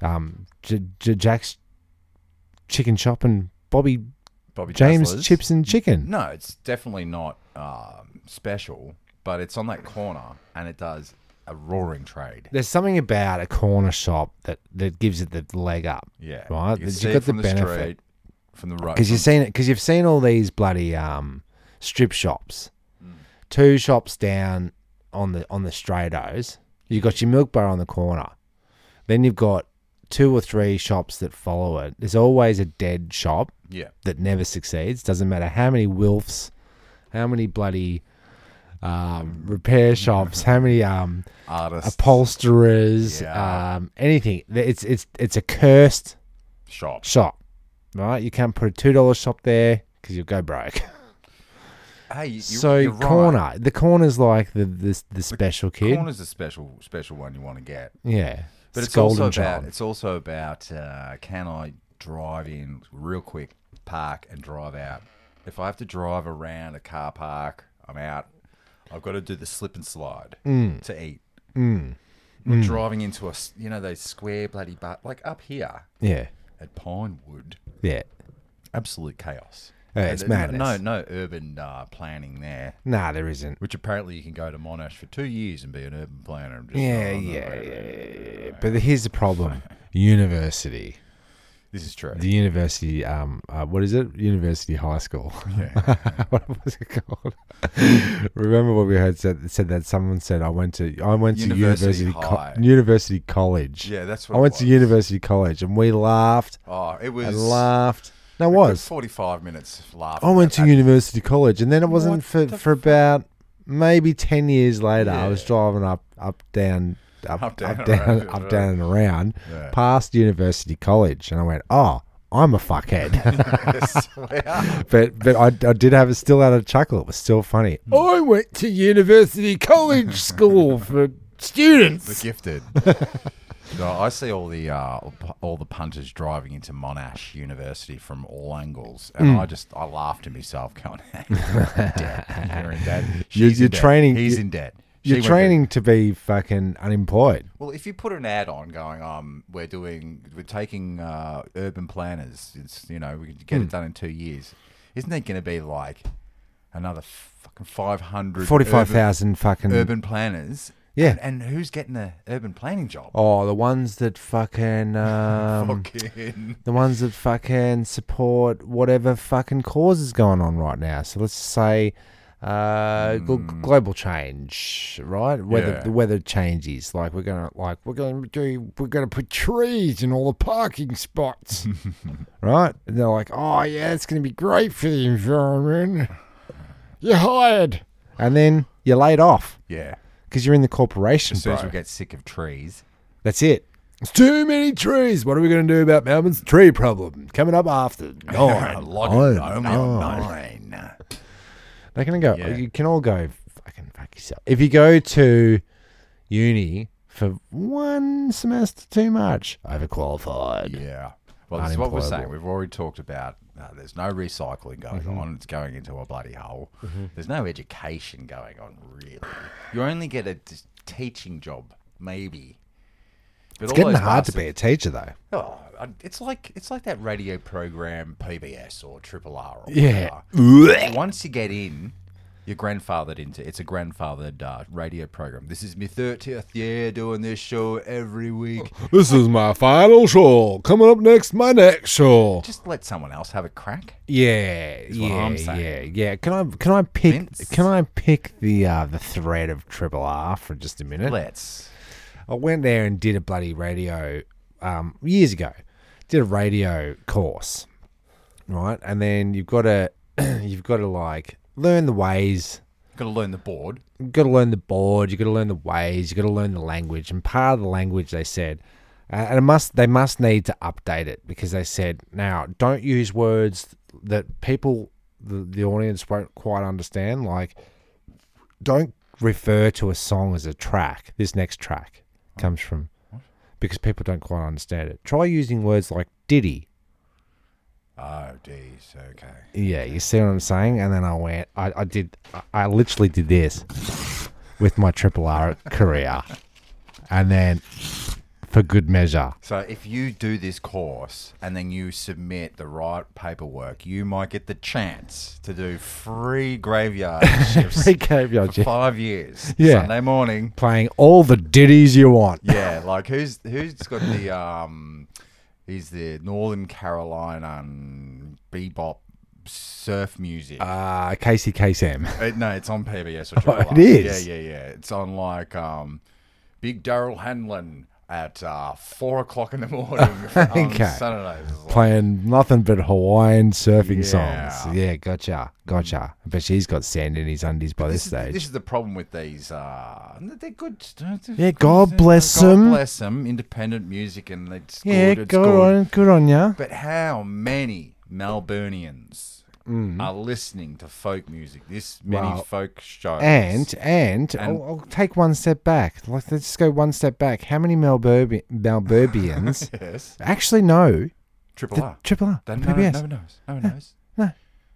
Speaker 3: um, J- J- Jack's Chicken Shop and Bobby
Speaker 2: Bobby
Speaker 3: James
Speaker 2: Dazzler's.
Speaker 3: Chips and Chicken.
Speaker 2: No, it's definitely not um, special, but it's on that corner and it does a roaring trade.
Speaker 3: There's something about a corner shop that, that gives it the leg up.
Speaker 2: Yeah.
Speaker 3: Right,
Speaker 2: You, can
Speaker 3: you've
Speaker 2: see
Speaker 3: got
Speaker 2: it
Speaker 3: the
Speaker 2: from the,
Speaker 3: benefit.
Speaker 2: street, from the road.
Speaker 3: Because you've
Speaker 2: from-
Speaker 3: seen it. Because you've seen all these bloody um, strip shops, two shops down on the on the stratos. You've got your milk bar on the corner. Then you've got two or three shops that follow it. There's always a dead shop
Speaker 2: Yeah.
Speaker 3: that never succeeds. Doesn't matter how many wilfs, how many bloody um, repair shops, how many um,
Speaker 2: Artist
Speaker 3: upholsterers,
Speaker 2: Yeah.
Speaker 3: um, anything. It's it's it's a cursed
Speaker 2: shop.
Speaker 3: shop, right? You can't put a two dollar shop there because you'll go broke.
Speaker 2: Hey, you,
Speaker 3: so
Speaker 2: you're right.
Speaker 3: corner, the corner's like the the, the special kid.
Speaker 2: Corner's a special special one you want to get.
Speaker 3: yeah,
Speaker 2: But it's
Speaker 3: golden
Speaker 2: also about
Speaker 3: child.
Speaker 2: it's also about uh, can I drive in real quick, park and drive out. If I have to drive around a car park, I'm out. I've got to do the slip and slide to eat. Mm. Not driving into a s- you know those square bloody bar like up here
Speaker 3: yeah,
Speaker 2: at Pinewood,
Speaker 3: yeah.
Speaker 2: absolute chaos.
Speaker 3: Oh, it's
Speaker 2: And, uh,
Speaker 3: madness.
Speaker 2: No, no urban uh, planning there.
Speaker 3: Nah, there isn't.
Speaker 2: Which apparently you can go to Monash for two years and be an urban planner. And just,
Speaker 3: Yeah,
Speaker 2: oh, no,
Speaker 3: yeah,
Speaker 2: no,
Speaker 3: yeah,
Speaker 2: no, no, no, no,
Speaker 3: yeah,
Speaker 2: no,
Speaker 3: yeah.
Speaker 2: no.
Speaker 3: But here's the problem: university,
Speaker 2: This is true.
Speaker 3: the university. Um, uh, what is it? University high school.
Speaker 2: Yeah.
Speaker 3: what was it called? Remember what we heard said, said that someone said I went to I went
Speaker 2: University
Speaker 3: to university co-
Speaker 2: High.
Speaker 3: university college.
Speaker 2: yeah, that's what
Speaker 3: I
Speaker 2: it
Speaker 3: went
Speaker 2: was.
Speaker 3: to university college and we laughed
Speaker 2: Oh, it was.
Speaker 3: and laughed. No, it
Speaker 2: a good
Speaker 3: was.
Speaker 2: forty-five minutes laughing.
Speaker 3: I went
Speaker 2: at
Speaker 3: to
Speaker 2: that.
Speaker 3: university college and then it wasn't
Speaker 2: What
Speaker 3: for,
Speaker 2: the
Speaker 3: for about maybe 10 years later. I
Speaker 2: Yeah.
Speaker 3: was driving up, up, down, up,
Speaker 2: Up,
Speaker 3: up,
Speaker 2: down,
Speaker 3: down, down
Speaker 2: around,
Speaker 3: up,
Speaker 2: right.
Speaker 3: down, and around
Speaker 2: Yeah.
Speaker 3: past university college. And I went, oh, I'm a fuckhead.
Speaker 2: Wow.
Speaker 3: but but I, I did have a still had a chuckle. It was still funny. I went to university college school for
Speaker 2: We're
Speaker 3: students.
Speaker 2: gifted. No, I see all the uh, all the punters driving into Monash University from all angles, and
Speaker 3: Hmm.
Speaker 2: I just I laugh to myself, going, "You're in debt. You're in debt.
Speaker 3: You're-
Speaker 2: She's
Speaker 3: you're
Speaker 2: in debt.
Speaker 3: training-
Speaker 2: He's
Speaker 3: you-
Speaker 2: in debt. She
Speaker 3: You're
Speaker 2: went to-
Speaker 3: training to be fucking unemployed.
Speaker 2: Well, if you put an ad on going, um, we're doing, we're taking uh, urban planners. It's you know we can get
Speaker 3: Hmm.
Speaker 2: it done in two years. Isn't it going to be like another fucking five hundred
Speaker 3: Forty-five thousand fucking.
Speaker 2: urban planners?
Speaker 3: Yeah.
Speaker 2: and, and who's getting the urban planning job?
Speaker 3: Oh, the ones that fucking. Um,
Speaker 2: Fucking
Speaker 3: The ones that fucking support whatever fucking cause is going on right now. So let's say uh, gl- global change, right? Weather
Speaker 2: Yeah.
Speaker 3: the weather changes. Like we're gonna like we're gonna do we're gonna put trees in all the parking spots, right? And they're like, oh yeah, it's gonna be great for the environment. You're hired, and then you're laid off
Speaker 2: yeah.
Speaker 3: because you're in the corporation.
Speaker 2: As soon as
Speaker 3: bro.
Speaker 2: we get sick of trees,
Speaker 3: That's it. It's too many trees. What are we going to do about Melbourne's tree problem? Coming up after nine.
Speaker 2: Log
Speaker 3: Nine.
Speaker 2: in only on nine.
Speaker 3: They're going to go.
Speaker 2: Yeah.
Speaker 3: You can all go fucking fuck yourself. If you go to uni for one semester too much, overqualified.
Speaker 2: Yeah. Well, this is what we're
Speaker 3: Unemployable. Mm-hmm.
Speaker 2: saying. We've already talked about uh, there's no recycling going on. It's going into a bloody hole. There's no education going on, really. You only get a t- teaching job, maybe. But
Speaker 3: It's getting hard to be a teacher though.
Speaker 2: Oh, I- it's like it's like that radio program PBS or Triple R. Or
Speaker 3: Yeah.
Speaker 2: whatever. Once you get in, You're grandfathered into it's a grandfathered uh, radio program. This is my thirtieth year doing this show every week.
Speaker 3: This is my final show. Coming up next, my next show.
Speaker 2: Just let someone else have a crack.
Speaker 3: Yeah,
Speaker 2: what
Speaker 3: yeah,
Speaker 2: I'm saying.
Speaker 3: yeah, yeah. Can I can I pick
Speaker 2: Vince.
Speaker 3: can I pick the uh, the thread of Triple R for just a minute?
Speaker 2: Let's.
Speaker 3: I went there and did a bloody radio um, years ago. Did a radio course, right? And then you've got to you've got to like learn the ways.
Speaker 2: Got to learn the board.
Speaker 3: You've got to learn the board. You've got to learn the ways. You've got to learn the language. And part of the language they said, uh, and it must they must need to update it because they said now don't use words that people the, the audience won't quite understand. Like don't refer to a song as a track. This next track comes from because people don't quite understand it. Try using words like diddy.
Speaker 2: Oh, geez. Okay.
Speaker 3: Yeah, you see what I'm saying? And then I went, I, I did, I, I literally did this with my triple R career. And then for good measure.
Speaker 2: So if you do this course and then you submit the right paperwork, you might get the chance to do free graveyard shifts
Speaker 3: Free graveyard
Speaker 2: for
Speaker 3: shift.
Speaker 2: five years.
Speaker 3: Yeah.
Speaker 2: Sunday morning.
Speaker 3: Playing all the ditties you want.
Speaker 2: Yeah, like who's who's got the um he's the Northern Carolina bebop surf music.
Speaker 3: Uh, Casey Kasem.
Speaker 2: Uh, no, it's on PBS or Triple
Speaker 3: Oh, it
Speaker 2: R.
Speaker 3: is?
Speaker 2: Yeah, yeah, yeah. It's on like um, Big Daryl Hanlon at uh, four o'clock in the morning on
Speaker 3: Okay.
Speaker 2: Saturdays. It's like-
Speaker 3: Playing nothing but Hawaiian surfing
Speaker 2: Yeah.
Speaker 3: songs. Yeah, gotcha. Gotcha. I bet he's got sand in his undies by
Speaker 2: This
Speaker 3: this,
Speaker 2: is,
Speaker 3: stage.
Speaker 2: this is the problem with these. Uh, they're good.
Speaker 3: Yeah, God bless 'em.
Speaker 2: God bless them. Independent music and it's
Speaker 3: yeah,
Speaker 2: good. It's
Speaker 3: good,
Speaker 2: good.
Speaker 3: on, good on ya.
Speaker 2: But how many Melburnians
Speaker 3: Mm-hmm.
Speaker 2: are listening to folk music? This many
Speaker 3: Well,
Speaker 2: folk shows.
Speaker 3: And and, I'll, I'll take one step back. Like, let's just go one step back. How many Melburbi- Melburbians?
Speaker 2: yes,
Speaker 3: Actually, no.
Speaker 2: Triple
Speaker 3: The
Speaker 2: R.
Speaker 3: Triple R.
Speaker 2: They- no, no,
Speaker 3: PBS.
Speaker 2: no one knows. No one knows.
Speaker 3: no,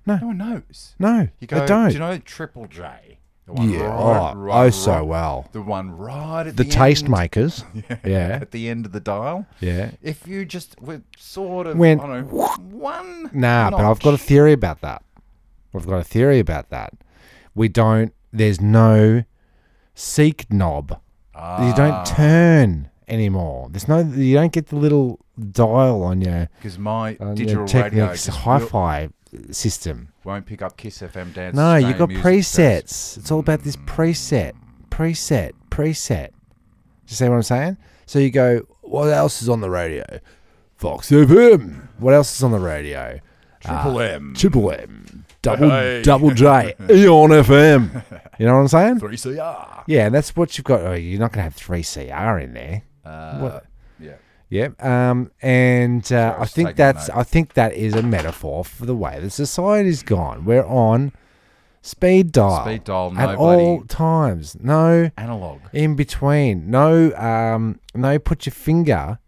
Speaker 3: no.
Speaker 2: No one knows.
Speaker 3: No,
Speaker 2: You go,
Speaker 3: I don't.
Speaker 2: Do you know Triple J? The one
Speaker 3: yeah.
Speaker 2: right-
Speaker 3: oh,
Speaker 2: right-
Speaker 3: oh,
Speaker 2: right-
Speaker 3: so well.
Speaker 2: The one right at the,
Speaker 3: The,
Speaker 2: end,
Speaker 3: tastemakers. yeah.
Speaker 2: at the end of the dial.
Speaker 3: Yeah.
Speaker 2: If you just were sort of
Speaker 3: Went,
Speaker 2: I don't know, one.
Speaker 3: Nah, but I've got a
Speaker 2: notch.
Speaker 3: theory about that. I've got a theory about that. We don't. There's no seek knob.
Speaker 2: Ah,
Speaker 3: You don't turn anymore. There's no. You don't get the little dial on your
Speaker 2: because my
Speaker 3: on
Speaker 2: digital radio
Speaker 3: your Technics
Speaker 2: just will,
Speaker 3: hi-fi system.
Speaker 2: won't pick up Kiss FM dance.
Speaker 3: No, you
Speaker 2: Australian
Speaker 3: got
Speaker 2: music Mm.
Speaker 3: presets.
Speaker 2: first.
Speaker 3: It's all about this preset, preset, preset. Do you see what I'm saying? So you go, what else is on the radio? Fox FM. What else is on the radio?
Speaker 2: Triple M,
Speaker 3: Triple M. Double
Speaker 2: Hey.
Speaker 3: Double J. Eon FM. You know what I'm saying?
Speaker 2: three CR. Uh,
Speaker 3: Yeah, and that's what you've got. Oh, you're not going to have three CR in there. What?
Speaker 2: Uh, Yeah.
Speaker 3: Yep. Um, and uh,
Speaker 2: I
Speaker 3: I
Speaker 2: was
Speaker 3: think
Speaker 2: taking a
Speaker 3: that's
Speaker 2: note.
Speaker 3: I think that is a metaphor for the way the society's gone. We're on speed dial.
Speaker 2: Speed dial,
Speaker 3: at
Speaker 2: no
Speaker 3: all
Speaker 2: bloody-
Speaker 3: times. No
Speaker 2: Analog.
Speaker 3: in between. No um no put your finger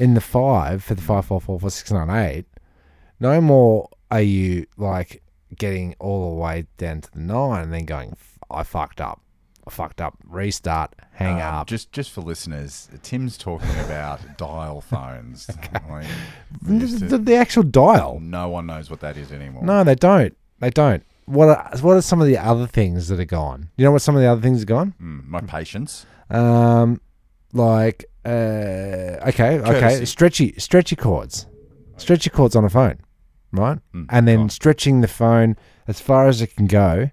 Speaker 3: in the five for the five four four four six nine eight. No more are you like getting all the way down to the nine and then going "F- I fucked up. I fucked up. Restart. Hang
Speaker 2: Um,
Speaker 3: up.
Speaker 2: Just just for listeners, Tim's talking about dial phones. Like,
Speaker 3: The- the- the actual dial.
Speaker 2: no one knows what that is anymore.
Speaker 3: No, they don't. They don't. What are what are some of the other things that are gone? You know what some of the other things are gone?
Speaker 2: Mm, my patience.
Speaker 3: Um, like uh, okay, okay,
Speaker 2: Courtesy.
Speaker 3: stretchy stretchy cords, stretchy cords on a phone, right?
Speaker 2: Mm,
Speaker 3: and then
Speaker 2: right.
Speaker 3: stretching the phone as far as it can go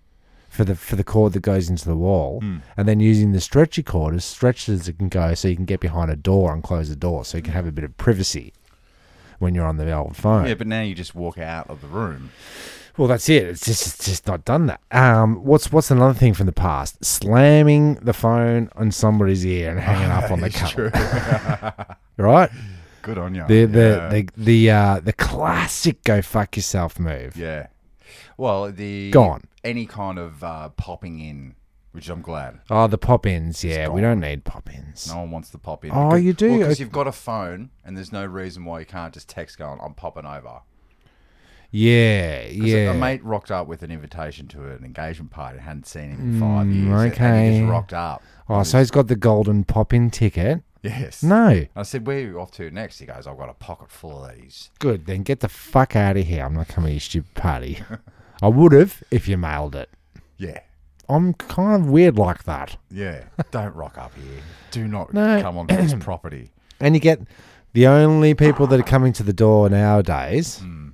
Speaker 3: for the for the cord that goes into the wall,
Speaker 2: Hmm.
Speaker 3: and then using the stretchy cord as stretched as it can go, so you can get behind a door and close the door, so you can have a bit of privacy when you're on the old phone.
Speaker 2: Yeah, but now you just walk out of the room.
Speaker 3: Well, that's it. It's just it's just not done that. Um, what's what's another thing from the past? Slamming the phone on somebody's ear and hanging up on the
Speaker 2: It's
Speaker 3: cover.
Speaker 2: true.
Speaker 3: Right?
Speaker 2: Good on you.
Speaker 3: The the
Speaker 2: yeah.
Speaker 3: the the uh, the classic go fuck yourself move.
Speaker 2: Yeah. Well, the
Speaker 3: Gone.
Speaker 2: any kind of uh, popping in, which I'm glad
Speaker 3: Oh, the pop ins. Yeah, we don't need pop ins.
Speaker 2: no one wants to pop in.
Speaker 3: Oh, you do?
Speaker 2: because well, 'cause you've got a phone, and there's no reason why you can't just text going, "I'm popping over."
Speaker 3: Yeah,
Speaker 2: 'Cause
Speaker 3: yeah.
Speaker 2: A mate rocked up with an invitation to an engagement party. I hadn't seen him in five years. and- And he
Speaker 3: Mm, okay.
Speaker 2: just rocked up.
Speaker 3: oh, so he's got the golden pop in ticket.
Speaker 2: Yes.
Speaker 3: No,
Speaker 2: I said, "Where are you off to next?" He goes, "I've got a pocket full of these."
Speaker 3: good. Then get the fuck out of here. I'm not coming to your stupid party. I would have if you mailed it.
Speaker 2: Yeah.
Speaker 3: I'm kind of weird like that.
Speaker 2: Yeah. Don't rock up here. Do not
Speaker 3: No.
Speaker 2: come onto this property.
Speaker 3: And you get the only people that are coming to the door nowadays
Speaker 2: Hmm.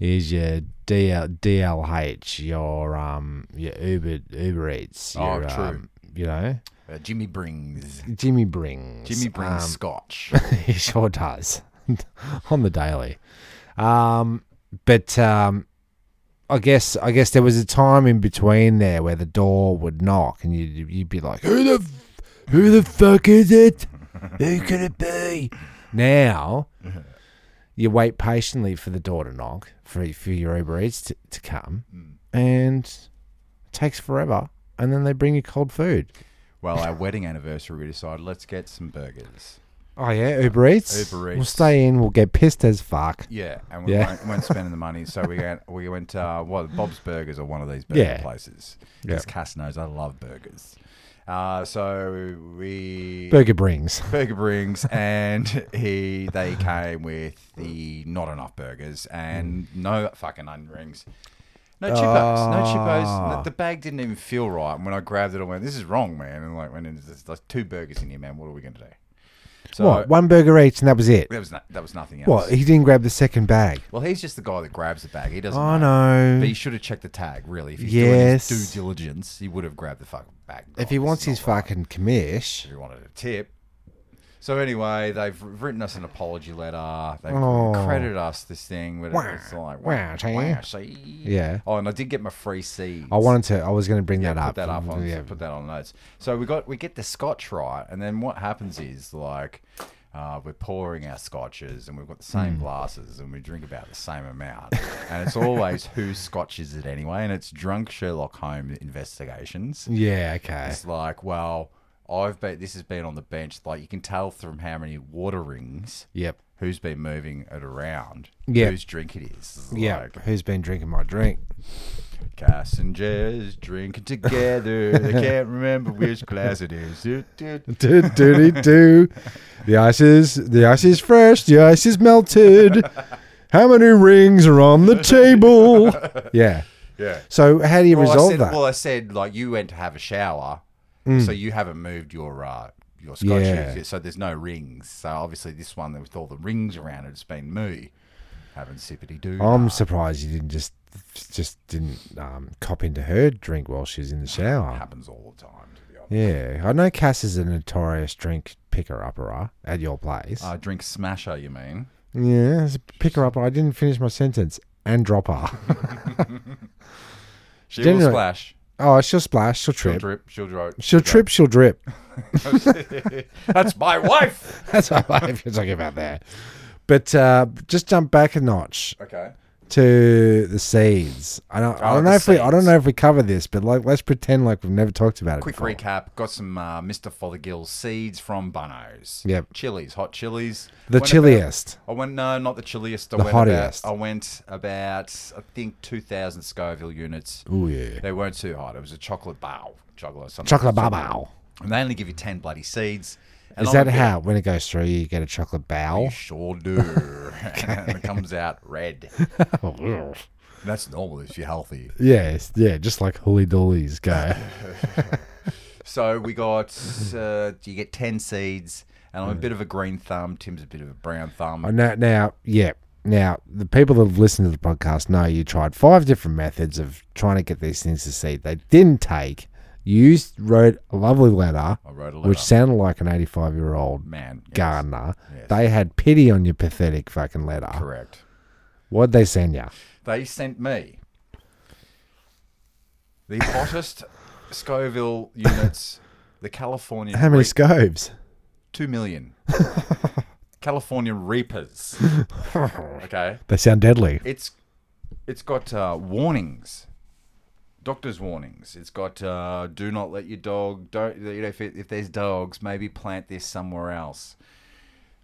Speaker 3: is your DL, DLH, your um, your Uber Uber Eats.
Speaker 2: Oh,
Speaker 3: your,
Speaker 2: true.
Speaker 3: um, you know,
Speaker 2: Uh, Jimmy brings.
Speaker 3: Jimmy brings.
Speaker 2: Jimmy brings
Speaker 3: um,
Speaker 2: scotch.
Speaker 3: he sure does on the daily. Um, but um, I guess I guess there was a time in between there where the door would knock and you'd, you'd be like, "Who the f- who the fuck is it? Who could it be?" Now you wait patiently for the door to knock for for your Uber Eats to, to come,
Speaker 2: Hmm.
Speaker 3: and it takes forever. And then they bring you cold food.
Speaker 2: well, our wedding anniversary, we decided let's get some burgers.
Speaker 3: Oh yeah, Uber Eats.
Speaker 2: Uber
Speaker 3: We'll
Speaker 2: Eats.
Speaker 3: stay in. We'll get pissed as fuck.
Speaker 2: Yeah, and we
Speaker 3: Yeah.
Speaker 2: Weren't, weren't spending the money, so we went. We went. Uh, what Bob's Burgers or one of these burger
Speaker 3: Yeah.
Speaker 2: places.
Speaker 3: Yeah.
Speaker 2: Because Cass knows I love burgers. Uh, so we
Speaker 3: Burger brings.
Speaker 2: burger brings, and he they came with the not enough burgers and
Speaker 3: Mm.
Speaker 2: no fucking onion rings. No chippos, no chippos.
Speaker 3: Ah.
Speaker 2: The- The bag didn't even feel right. And when I grabbed it, I went, "This is wrong, man." And like, when it- there's like two burgers in here, man, what are we going to do? So
Speaker 3: what? One burger each, and that was it.
Speaker 2: that was no, that was nothing else.
Speaker 3: What? He didn't grab the second bag.
Speaker 2: Well, he's just the guy that grabs the bag. He doesn't.
Speaker 3: Oh
Speaker 2: know.
Speaker 3: no!
Speaker 2: But he should have checked the tag, really. If he's yes. doing his
Speaker 3: Yes.
Speaker 2: due diligence, he would have grabbed the fucking bag.
Speaker 3: if he
Speaker 2: Oh, this
Speaker 3: wants
Speaker 2: is
Speaker 3: his
Speaker 2: not right.
Speaker 3: fucking commish,
Speaker 2: If he wanted a tip. So anyway, they've written us an apology letter. They've
Speaker 3: Oh.
Speaker 2: credited us this thing, but it's like
Speaker 3: Wow,
Speaker 2: wow,
Speaker 3: see?
Speaker 2: wow, see?
Speaker 3: Yeah.
Speaker 2: Oh, and I did get my free seeds.
Speaker 3: I wanted to. I was going to bring that up.
Speaker 2: Put that up on.
Speaker 3: Yeah.
Speaker 2: Put that on notes. So we got we get the scotch right, and then what happens is like uh, we're pouring our scotches, and we've got the
Speaker 3: Hmm.
Speaker 2: same glasses, and we drink about the same amount, and it's always whose scotch is it anyway? And it's drunk Sherlock Holmes investigations.
Speaker 3: Yeah, Okay.
Speaker 2: It's like, well, I've been. This has been on the bench. Like you can tell from how many water rings.
Speaker 3: Yep.
Speaker 2: Who's been moving it around?
Speaker 3: Yeah.
Speaker 2: Whose drink it is? It's
Speaker 3: Yeah.
Speaker 2: like,
Speaker 3: Who's been drinking my drink?
Speaker 2: Cass and Jez drinking together. they can't remember which class it is. Do, do, do.
Speaker 3: do do do. The ice is the ice is fresh. The ice is melted. How many rings are on the table? Yeah.
Speaker 2: Yeah.
Speaker 3: So how do you
Speaker 2: Well, I
Speaker 3: resolve
Speaker 2: said,
Speaker 3: that? Mm.
Speaker 2: well, I said like you went to have a shower, so you haven't moved your uh, your scotch,
Speaker 3: Yeah.
Speaker 2: yet, so there's no rings. So obviously this one with all the rings around it, it's been me having sippity doo.
Speaker 3: I'm surprised you didn't just just didn't um, cop into her drink while she was in the shower.
Speaker 2: happens all the time. To be honest.
Speaker 3: Yeah, I know Cass is a notorious drink picker upper uh, at your place.
Speaker 2: Uh, drink smasher, you mean?
Speaker 3: yeah, it's a picker upper. I didn't finish my sentence. And dropper.
Speaker 2: She
Speaker 3: Generally-
Speaker 2: will splash.
Speaker 3: oh, she'll splash. She'll
Speaker 2: She'll
Speaker 3: trip.
Speaker 2: drip. She'll drip.
Speaker 3: She'll trip. She'll drip.
Speaker 2: That's my wife.
Speaker 3: That's what I if you're talking about there. But uh, just jump back a notch
Speaker 2: Okay.
Speaker 3: to the seeds. I don't. I
Speaker 2: Oh,
Speaker 3: don't
Speaker 2: the
Speaker 3: know if we. I don't
Speaker 2: seeds.
Speaker 3: know if we cover this, but like, let's pretend like we've never talked about it.
Speaker 2: Quick
Speaker 3: before.
Speaker 2: recap: Got some uh, Mr. Fothergill seeds from Bunnos.
Speaker 3: Yep.
Speaker 2: Chilies, hot chilies.
Speaker 3: The
Speaker 2: Went
Speaker 3: chilliest.
Speaker 2: about- I went no, not the chilliest. I
Speaker 3: The
Speaker 2: went
Speaker 3: hottiest.
Speaker 2: About, I went about I think two thousand Scoville units.
Speaker 3: Oh yeah.
Speaker 2: They weren't too hot. It was a chocolate bow, chocolate something.
Speaker 3: Chocolate bow.
Speaker 2: And they only give you ten bloody seeds. And
Speaker 3: Is
Speaker 2: I'm a
Speaker 3: that
Speaker 2: bit-
Speaker 3: how when it goes through you get a chocolate
Speaker 2: You
Speaker 3: bow?
Speaker 2: sure do. and it comes out red. That's normal if you're healthy.
Speaker 3: Yes, yeah, just like Hooly Doolies go.
Speaker 2: So we got uh, you get ten seeds, and I'm
Speaker 3: Mm.
Speaker 2: a bit of a green thumb. Tim's a bit of a brown thumb.
Speaker 3: Oh, now, now, yeah. Now, the people that have listened to the podcast know you tried five different methods of trying to get these things to seed. They didn't take. You s- wrote a lovely letter,
Speaker 2: I wrote a letter.
Speaker 3: which sounded like an 85 year old
Speaker 2: man Uh-huh. yes,
Speaker 3: gardener.
Speaker 2: Yes.
Speaker 3: They had pity on your pathetic fucking letter.
Speaker 2: correct
Speaker 3: What'd they send you?
Speaker 2: they sent me the hottest scoville units the california
Speaker 3: How many
Speaker 2: Reap-
Speaker 3: scopes?
Speaker 2: 2 million california reapers okay
Speaker 3: They sound deadly.
Speaker 2: it's it's got uh, warnings doctor's warnings it's got uh, do not let your dog don't you know if, it, if there's dogs maybe plant this somewhere else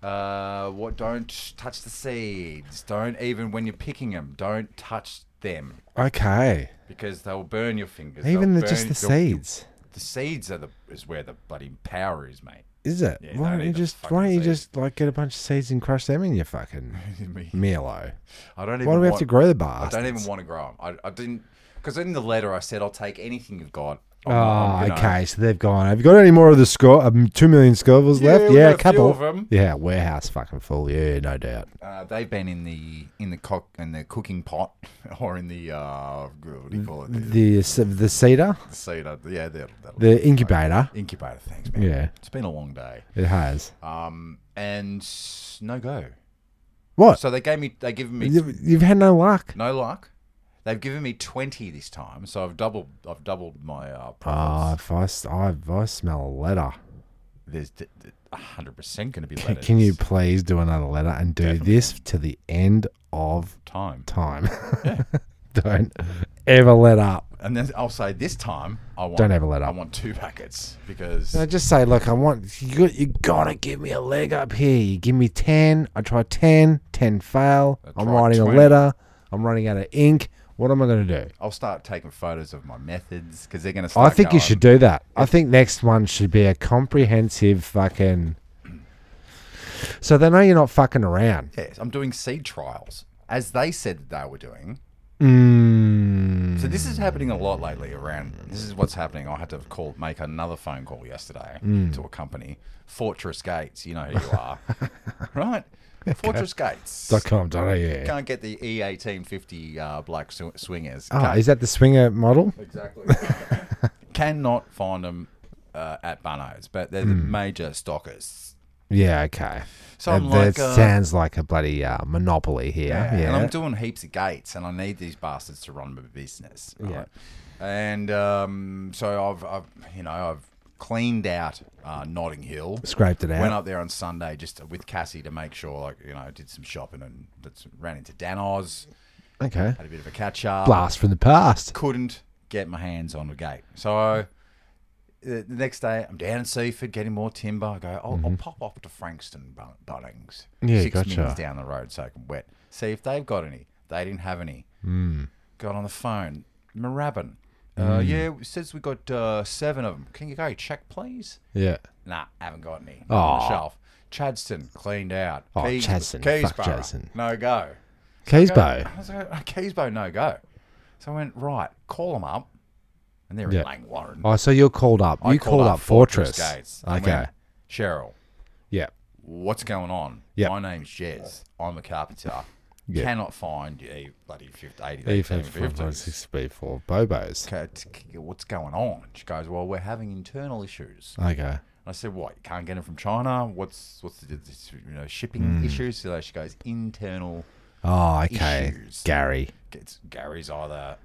Speaker 2: uh, what don't touch the seeds don't even when you're picking them don't touch them
Speaker 3: Okay.
Speaker 2: because they'll burn your fingers
Speaker 3: Even
Speaker 2: they'll
Speaker 3: the, just
Speaker 2: burn-
Speaker 3: the
Speaker 2: they'll-
Speaker 3: seeds.
Speaker 2: the seeds are the is where the bloody power is mate
Speaker 3: Is it?
Speaker 2: Yeah, you
Speaker 3: why
Speaker 2: don't need
Speaker 3: don't you
Speaker 2: the
Speaker 3: just
Speaker 2: fucking
Speaker 3: why don't you
Speaker 2: seeds.
Speaker 3: just like get a bunch of seeds and crush them in your fucking
Speaker 2: Me.
Speaker 3: Milo?
Speaker 2: i don't even
Speaker 3: Why do we have
Speaker 2: want-
Speaker 3: to grow the
Speaker 2: I
Speaker 3: bars?
Speaker 2: don't even want to grow them. I, I didn't. Because in the letter I said I'll take anything you've got. I'm-
Speaker 3: Oh,
Speaker 2: I'm, you know,
Speaker 3: okay. So they've gone. Have you got any more of the score? Um, two million scovels
Speaker 2: Yeah,
Speaker 3: left?
Speaker 2: we've got
Speaker 3: Yeah, a
Speaker 2: a few
Speaker 3: couple.
Speaker 2: of 'em.
Speaker 3: Yeah, warehouse fucking full. Yeah, no doubt.
Speaker 2: Uh, they've been in the in the cock in the cooking pot or in the uh, what do you call it? The,
Speaker 3: The c- the cedar,
Speaker 2: the cedar. Yeah, that'll, that'll
Speaker 3: the incubator.
Speaker 2: incubator. Thanks, man.
Speaker 3: Yeah,
Speaker 2: It's been a long day.
Speaker 3: it has.
Speaker 2: Um, and s- no go.
Speaker 3: What?
Speaker 2: So they gave me they given me
Speaker 3: You've, you've had no luck.
Speaker 2: no luck. They've given me twenty this time, so I've doubled I've doubled my uh,
Speaker 3: Ah,
Speaker 2: profits.
Speaker 3: if I, s- I- if I smell a letter,
Speaker 2: There's d- d- a hundred percent going to be
Speaker 3: can,
Speaker 2: letters.
Speaker 3: can you please do another letter and do this to the end of
Speaker 2: time?
Speaker 3: time? Don't ever let up.
Speaker 2: And then I'll say this time I want
Speaker 3: Don't ever let
Speaker 2: I
Speaker 3: up.
Speaker 2: want two packets because
Speaker 3: No, just say, look, I want you. Got, you gotta give me a leg up here. You give me ten. I try 10, 10 fail.
Speaker 2: I
Speaker 3: I'm
Speaker 2: tried
Speaker 3: writing
Speaker 2: 20.
Speaker 3: a letter. I'm running out of ink. What am I gonna do?
Speaker 2: I'll start taking photos of my methods because they're going to.
Speaker 3: I think you should do that. I think next one should be a comprehensive fucking. So they know you're not fucking around.
Speaker 2: Yes, I'm doing seed trials as they said that they were doing.
Speaker 3: Mm.
Speaker 2: So this is happening a lot lately around. This is what's happening. I had to call, make another phone call yesterday
Speaker 3: Mm.
Speaker 2: to a company, Fortress Gates. You know who you are, right? Fortress Gates.
Speaker 3: Dot com. Dot au.
Speaker 2: Can't get the E1850 uh, black sw- swingers.
Speaker 3: Ah,
Speaker 2: Can't-
Speaker 3: is that the swinger model?
Speaker 2: Exactly. Cannot find them uh, at Bunno's, but they're the
Speaker 3: Hmm.
Speaker 2: major stockers.
Speaker 3: Yeah. Okay.
Speaker 2: So I'm
Speaker 3: that
Speaker 2: like,
Speaker 3: that
Speaker 2: uh,
Speaker 3: sounds like a bloody uh, monopoly here. Yeah.
Speaker 2: And I'm doing heaps of gates, and I need these bastards to run my business. right?
Speaker 3: Yeah.
Speaker 2: And um, so I've, I've, you know, I've cleaned out uh, Notting Hill.
Speaker 3: Scraped it out.
Speaker 2: Went up there on Sunday just with Cassie to make sure, like, you know, did some shopping and that's, ran into Danos,
Speaker 3: okay.
Speaker 2: had a bit of a catch up.
Speaker 3: Blast from the past.
Speaker 2: Couldn't get my hands on a gate. So uh, the next day, I'm down in Seaford getting more timber. I go, I'll, I'll pop off to Frankston Bun- Bunnings.
Speaker 3: Mm-hmm. Yeah,
Speaker 2: Six
Speaker 3: gotcha.
Speaker 2: minutes down the road so I can wet. See if they've got any. They didn't have any.
Speaker 3: Mm.
Speaker 2: Got on the phone. Marabin. Uh, yeah, it says we got uh, seven of them. Can you go check, please?
Speaker 3: Yeah.
Speaker 2: Nah, haven't got any. Not on the
Speaker 3: Aw.
Speaker 2: shelf. Chadston, cleaned out.
Speaker 3: Oh, Chadston, fuck
Speaker 2: Keysborough,
Speaker 3: Chadston.
Speaker 2: No go.
Speaker 3: Keysbow.
Speaker 2: I was like, Keysbow, no go. So I went, right, call them up. And they're
Speaker 3: Yeah.
Speaker 2: in Lang Warren.
Speaker 3: Oh, so you're called up.
Speaker 2: I
Speaker 3: You called, up Fortress.
Speaker 2: Gates. I
Speaker 3: Okay.
Speaker 2: went, Cheryl,
Speaker 3: Yeah.
Speaker 2: what's going on?
Speaker 3: Yep.
Speaker 2: My name's Jez. I'm a carpenter.
Speaker 3: Yeah.
Speaker 2: Cannot find you bloody 50, 80,
Speaker 3: E for
Speaker 2: 50.
Speaker 3: B4 Bobos.
Speaker 2: What's going on? She goes, well, we're having internal issues.
Speaker 3: Okay.
Speaker 2: And I said, "What? You can't get them from China? What's what's the, this, you know shipping
Speaker 3: Hmm.
Speaker 2: issues?" So she goes, "Internal
Speaker 3: Oh, okay.
Speaker 2: Issues.
Speaker 3: Gary.
Speaker 2: it's Gary's either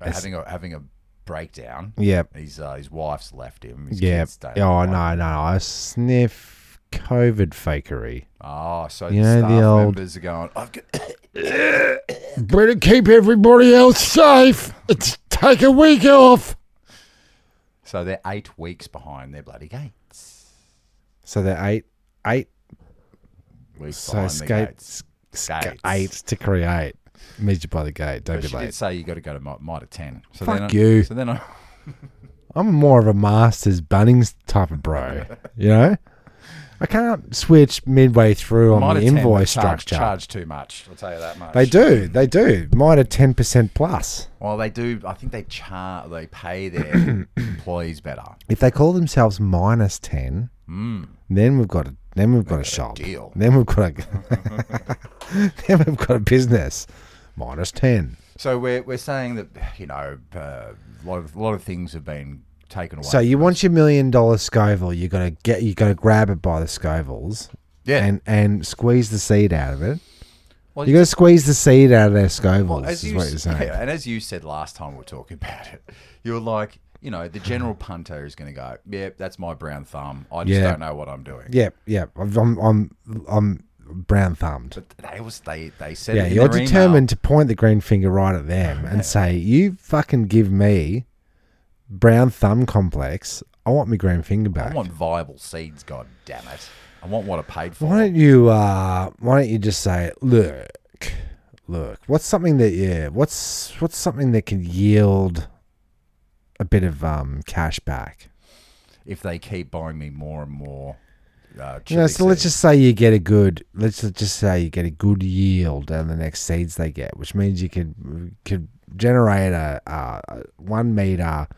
Speaker 2: having a having a breakdown.
Speaker 3: Yep.
Speaker 2: His uh, his wife's left him. His
Speaker 3: Yep.
Speaker 2: kids don't
Speaker 3: Oh,
Speaker 2: like him.
Speaker 3: no, no. I sniff COVID fakery.
Speaker 2: Oh, so
Speaker 3: You
Speaker 2: the
Speaker 3: know the
Speaker 2: staff
Speaker 3: old-
Speaker 2: members are going. I've got,
Speaker 3: Better keep everybody else safe. It's take a week off.
Speaker 2: so they're eight weeks behind their bloody gates.
Speaker 3: So they're eight, eight,
Speaker 2: Weeks
Speaker 3: so
Speaker 2: behind their gates.
Speaker 3: skates, ska-
Speaker 2: Gates.
Speaker 3: eight to create. Meet you by the gate. Don't
Speaker 2: But she
Speaker 3: be
Speaker 2: did
Speaker 3: late.
Speaker 2: say you got to go to mi- mitre ten. So
Speaker 3: Fuck
Speaker 2: then I-
Speaker 3: you.
Speaker 2: So then I,
Speaker 3: I'm more of a Masters Bunnings type of bro. you know, I can't switch midway through on
Speaker 2: mitre
Speaker 3: the
Speaker 2: 10
Speaker 3: invoice
Speaker 2: charge,
Speaker 3: structure.
Speaker 2: Charge too much. I'll tell you that much.
Speaker 3: They do. They do. Mine are ten percent plus.
Speaker 2: Well, they do. I think they char they pay their employees better.
Speaker 3: If they call themselves minus ten, then we've got a then we've got a shop.
Speaker 2: Hmm. deal.
Speaker 3: Then we've got a then we've got a business. Minus ten.
Speaker 2: So we're we're saying that you know uh, a lot of lot of things have been taken away.
Speaker 3: So you want your million dollar Scoville, you gotta get you gotta grab it by the Scovilles
Speaker 2: yeah.
Speaker 3: and, and squeeze the seed out of it.
Speaker 2: Well,
Speaker 3: You
Speaker 2: you-
Speaker 3: gotta squeeze the seed out of their Scovilles,
Speaker 2: as
Speaker 3: is
Speaker 2: you
Speaker 3: what you're
Speaker 2: s-
Speaker 3: saying.
Speaker 2: yeah, and as you said last time we were talking about it, you were like, you know, the general punter is going to go, yeah, that's my brown thumb. I just
Speaker 3: Mm-hmm. Yeah.
Speaker 2: don't know what I'm doing.
Speaker 3: Yep, yep. I'm I'm I'm, I'm brown thumbed.
Speaker 2: But they was they they said,
Speaker 3: Yeah,
Speaker 2: it in
Speaker 3: you're
Speaker 2: their email.
Speaker 3: determined to point the green finger right at them and say, "You fucking give me brown thumb complex. I want my green finger
Speaker 2: I
Speaker 3: back."
Speaker 2: want viable seeds. God damn it! I want what I paid for.
Speaker 3: Why don't you? Uh, why don't you just say, "Look, look. What's something that yeah? What's what's something that can yield a bit of um cash back?"
Speaker 2: If they keep buying me more and more. Uh,
Speaker 3: You know,
Speaker 2: chili
Speaker 3: so let's
Speaker 2: seeds.
Speaker 3: just say you get a good. Let's just say you get a good yield out of the next seeds they get, which means you could could generate a, a, a one meter